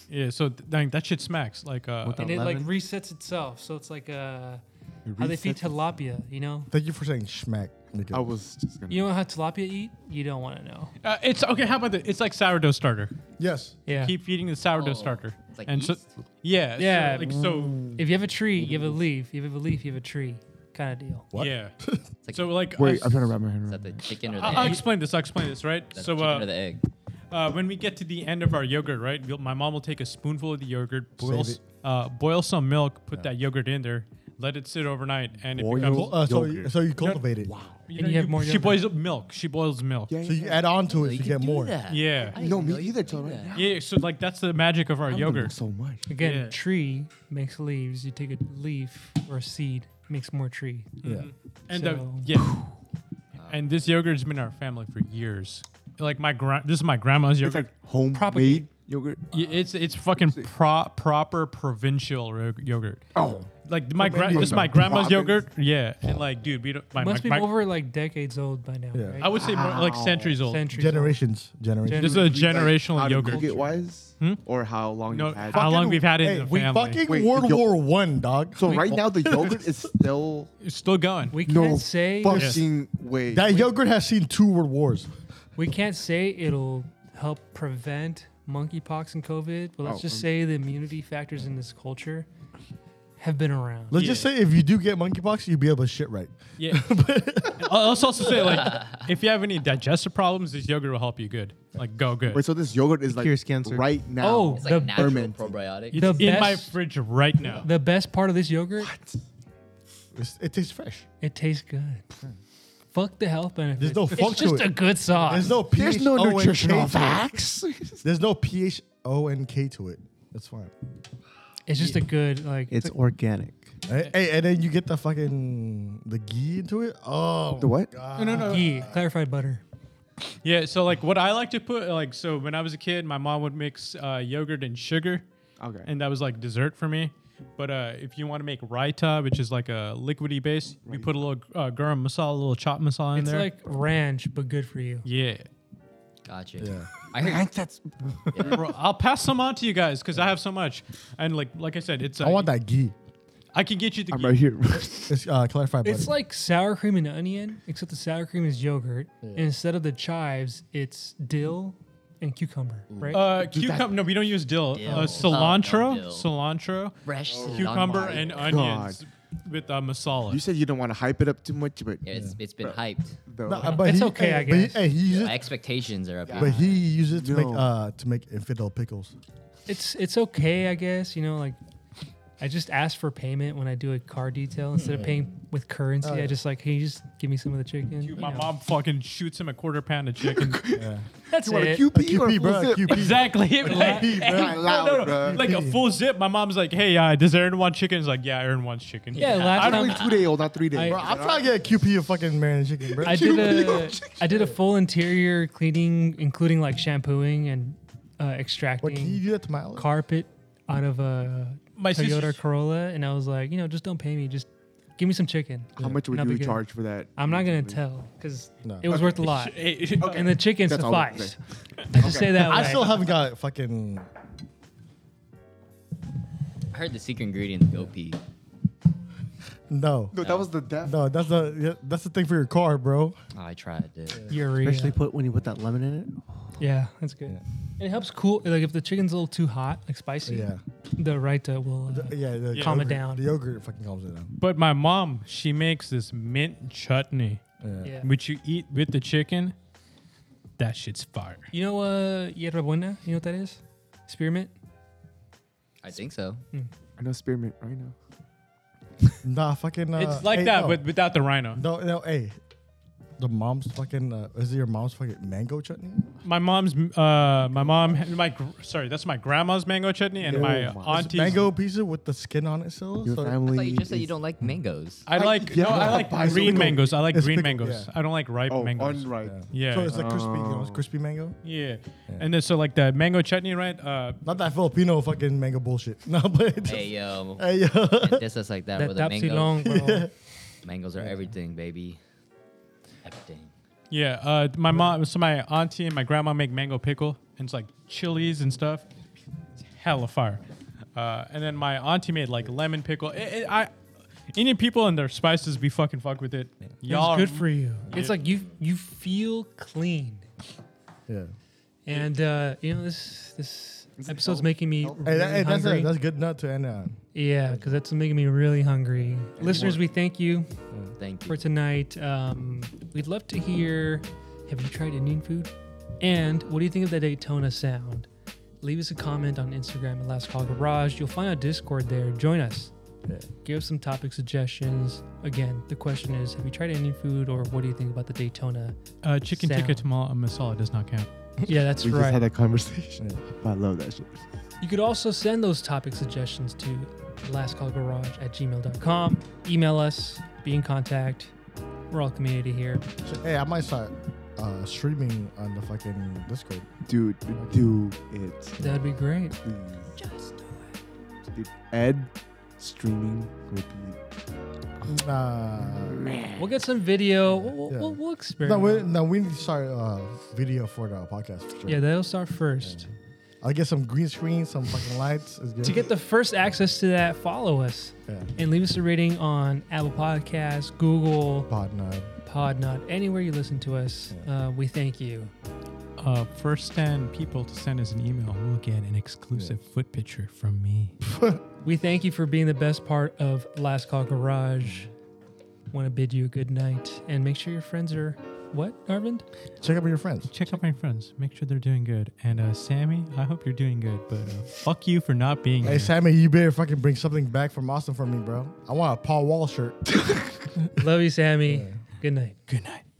yeah. Mhm.
So th- dang, that shit smacks. Like uh,
And it like
Lemon.
resets itself. So it's like uh, how they feed
resets itself.
tilapia, you know?
Thank you for saying schmack.
I
Nico.
was just gonna.
You know how tilapia eat? You don't want to know.
uh, it's okay. How about the? It's like sourdough starter.
Yes.
Yeah.
Keep feeding the sourdough
Oh,
starter.
it's like
and so
yeast?
yeah,
Yeah.
So, like so
If you have a tree, you
Mm-hmm.
have a leaf. If you have a leaf, you have a tree kind of deal.
*laughs*
What?
yeah.
like-
so like
Wait,
I,
I'm trying to wrap my head
Is that
around.
the chicken or the
I- I'll
egg?
explain this. I'll explain this. Right.
That's
so
chicken
uh,
or the egg.
uh, when we get to the end of our yogurt, right? You'll, my mom will take a spoonful of the yogurt, boil,
Save
s- uh, boil some milk, put that yogurt in there, let it sit overnight, and it
Boil
becomes.
Well, uh, so,
Yogurt.
so you cultivate it.
And you have more
She
yogurt.
boils up milk. She boils milk.
Yeah,
So
yeah,
you add on to it
you
to
can
get
do
more.
that.
Yeah.
I
yeah.
didn't
No,
know
me
you
either
could
till
do
right
that.
now.
Yeah. So like that's the magic of our
I'm learning
yogurt.
so much.
Again,
Yeah.
tree makes leaves. You take a leaf or a seed, makes more tree.
Yeah.
And the-
So-
yeah. And this yogurt's been in our family for years. Like my gra- this is my grandma's
It's
yogurt.
like homemade
Propagate.
yogurt.
Y- It's it's fucking pro- proper provincial ro- yogurt.
Oh,
Like my gra-
India.
this is my grandma's
Province.
yogurt. Yeah. And like dude, we don't, my,
Must
my,
be
my-
over like decades old by now.
Yeah.
Right?
I would say more like centuries old.
Centuries old.
Generations. Generations.
This is a generational
How to
yogurt.
cook it wise,
Hmm?
or how long
No,
you've had.
how
it.
long we've had it in
Hey,
the
we
family.
fucking
Wait,
World
yo-
War One, dog.
So right now the yogurt is still
It's still going.
We can't
no
say
fucking way.
that yogurt has seen two world wars.
we can't say it'll help prevent monkeypox and COVID, but let's
Oh,
just
um,
say the immunity factors in this culture have been around.
Let's just say if you do get monkeypox, you'd be able to shit right.
Yeah.
*laughs*
I'll also also say like if you have any digestive problems, this yogurt will help you good. Like go good.
Wait, so this yogurt is like
cures cancer.
right now.
Oh,
It's
The
like natural
ferment.
probiotic.
it's
The
in my
best-
fridge right now.
The best part of this yogurt,
It's, it tastes fresh.
it tastes good. Fuck the health benefits.
Hmm. There's no fuck
it's
to
just
it.
a good sauce.
There's no
there's no
Oh,
PHONK
nutritional
to it.
facts.
There's no PH O N K to it. That's fine.
it's just a good like.
It's organic.
Hey, hey, and then you get the fucking the ghee into it. Oh,
The what?
God.
No, no, no.
ghee, clarified butter.
Yeah, so like what I like to put like so when I was a kid, my mom would mix uh, yogurt and sugar,
Okay.
and that was like dessert for me. But uh, if you want to make raita, which is like a liquidy base, we put a little uh, garam masala, a little chopped masala in
It's
there.
like ranch, but good for you.
yeah,
Gotcha.
Yeah.
I heard
That's
Bro, I'll pass some on to you guys because I have so much, and like like I said, it's uh,
I want that ghee.
I can get you the.
I'm
ghee.
right here.
It's uh, clarified butter.
It's like sour cream and onion, except the sour cream is yogurt, and instead of the chives, it's dill and cucumber.
Mm.
Right?
Uh, cucumber. No, we don't use dill.
Dill.
Uh,
Oh, no
cilantro,
dill. Oh,
cilantro,
fresh
cucumber, and onions with uh, masala.
you said you don't want to hype it up too much, but
Yeah, it's, it's been hyped.
though,
No, but
It's
he-
okay, I
but he-
guess.
hey, he uses,
Expectations are up here.
but he uses it to
No.
make uh to make infidel pickles.
It's it's okay, I guess. You know, like I just ask for payment when I do a car detail instead of paying with currency. I just like, can you just give me some of the chicken?
Dude,
Oh, You
my
know.
mom fucking shoots him a quarter pound
*laughs*
of chicken.
That's
you want a
it.
QP,
A
or a
QP, bro,
full
a
zip?
QP.
exactly. *laughs*
*laughs*
Like,
Be
hey,
not
no,
loud,
no, no.
bro.
like a full zip. My mom's like, "Hey, uh, does Aaron want chicken?" He's like, "Yeah, Aaron wants chicken."
Yeah,
I
last
don't-
Only
time
two day old, not three day.
I-
Bro,
Bro,
I'm trying to get a QP of fucking marinated chicken, bro.
I did a I did a full interior cleaning, including like shampooing and uh,
What can you
extracting
do that to my car?
carpet out of a
My
Toyota
sister's-
Corolla, and I was like, you know, just don't pay me, just give me some chicken.
How much would
Not
you
big deal.
charge for that?
I'm not gonna tell because
No.
it was worth a
*laughs*
lot, and the chicken
That's all I'm
sufficed. I *laughs* just say that.
I
way.
still haven't got fucking.
I heard the secret ingredient is OP.
No,
No, that was the death.
no, that's the yeah, that's the thing for your car, bro.
Oh, I tried it.
urea.
Especially put when you put that lemon in it.
yeah, that's good. And it helps cool. Like if the chicken's a little too hot, like spicy,
Yeah,
the raita will. Uh,
The- yeah. The
Yeah.
Calm it
yogurt-
down.
The yogurt fucking calms it down.
*laughs* But my mom, she makes this mint chutney,
Yeah.
yeah.
which you eat with the chicken. That shit's fire.
You know, uh, yerba buena. You know what that is? Spearmint.
I think so.
I know spearmint right now.
Nah, fucking. Uh,
it's like
hey,
that,
no.
but without the rhino.
no, no, hey, the mom's fucking. Uh, is it your mom's fucking mango chutney?
My mom's, uh, my mom, my gr- sorry, that's my grandma's mango chutney, and
Oh
my
my. It's
auntie's
mango pizza with the skin on it still.
Your
so-
I
family.
thought you just said you
is-
don't like mangoes.
I like
yeah,
no, I like
pineapple.
green
Pickle.
mangoes. I like
It's
green
pickle,
mangoes.
yeah.
I don't like ripe
Oh,
mangoes.
unripe.
Yeah.
Yeah.
So it's like crispy, you know, it's crispy mango.
yeah. and then so like the mango chutney, right? Uh,
Not that Filipino fucking mango bullshit. *laughs* No,
*laughs*
but
Hey yo,
hey, yo.
this is like that,
That
with the
tapsi
mangoes.
long. bro.
*laughs*
Mangoes are everything, baby. Everything.
yeah. Uh, my mom, so my auntie and my grandma make mango pickle, and it's like chilies and stuff. It's hella fire. Uh, and then my auntie made like lemon pickle. It, it, I Indian people and their spices, we fucking fuck with it. Y'all,
It's
are-
good for you. It's
Yeah.
like you you feel clean,
yeah.
and uh, you know this this episode's
help?
making me
Help?
Hey,
really
that, hey that's,
hungry.
a, that's good nut to end on.
yeah, because that's making me really hungry. Listeners, we thank you
Thank
for
you.
tonight. Um, we'd love to hear. Have you tried Indian food? And what do you think of the Daytona sound? Leave us a comment on Instagram at Last Call Garage. You'll find our Discord there. Join us. Give us some topic suggestions. Again, the question is: Have you tried Indian food, or what do you think about the Daytona?
Uh, chicken
Sound.
tikka tamal masala does not count.
Yeah, that's
We
right.
just had that conversation. I love that shit.
You could also send those topic suggestions to lastcallgarage at gmail.com. Email us, be in contact. We're all community here.
So, hey, I might start uh, streaming on the fucking Discord.
Dude, do it.
That'd be great.
Please. Dude, Ed streaming would be
Nah.
We'll get some video. We'll,
Yeah.
we'll, we'll
No,
experiment.
we, no, we need to start uh, video for the podcast. For sure.
yeah, that'll start first.
I'll get some green screen, some fucking lights. It's good.
To get the first access to that, follow us
yeah.
and leave us a rating on Apple Podcasts, Google,
pod nut.
Podnod, anywhere you listen to us. Uh, we thank you.
uh, first 10 people to send us an email will get an exclusive foot picture from me.
We thank you for being the best part of Last Call Garage. Want to bid you a good night and make sure your friends are what, Arvind?
*laughs* Check up with your friends.
Check out my friends. Make sure they're doing good. And uh, Sammy, I hope you're doing good, but uh, fuck you for not being
Hey
here.
Sammy, you better fucking bring something back from Austin for me, bro. I want a Paul Wall shirt.
Love you, Sammy. Good night.
good night.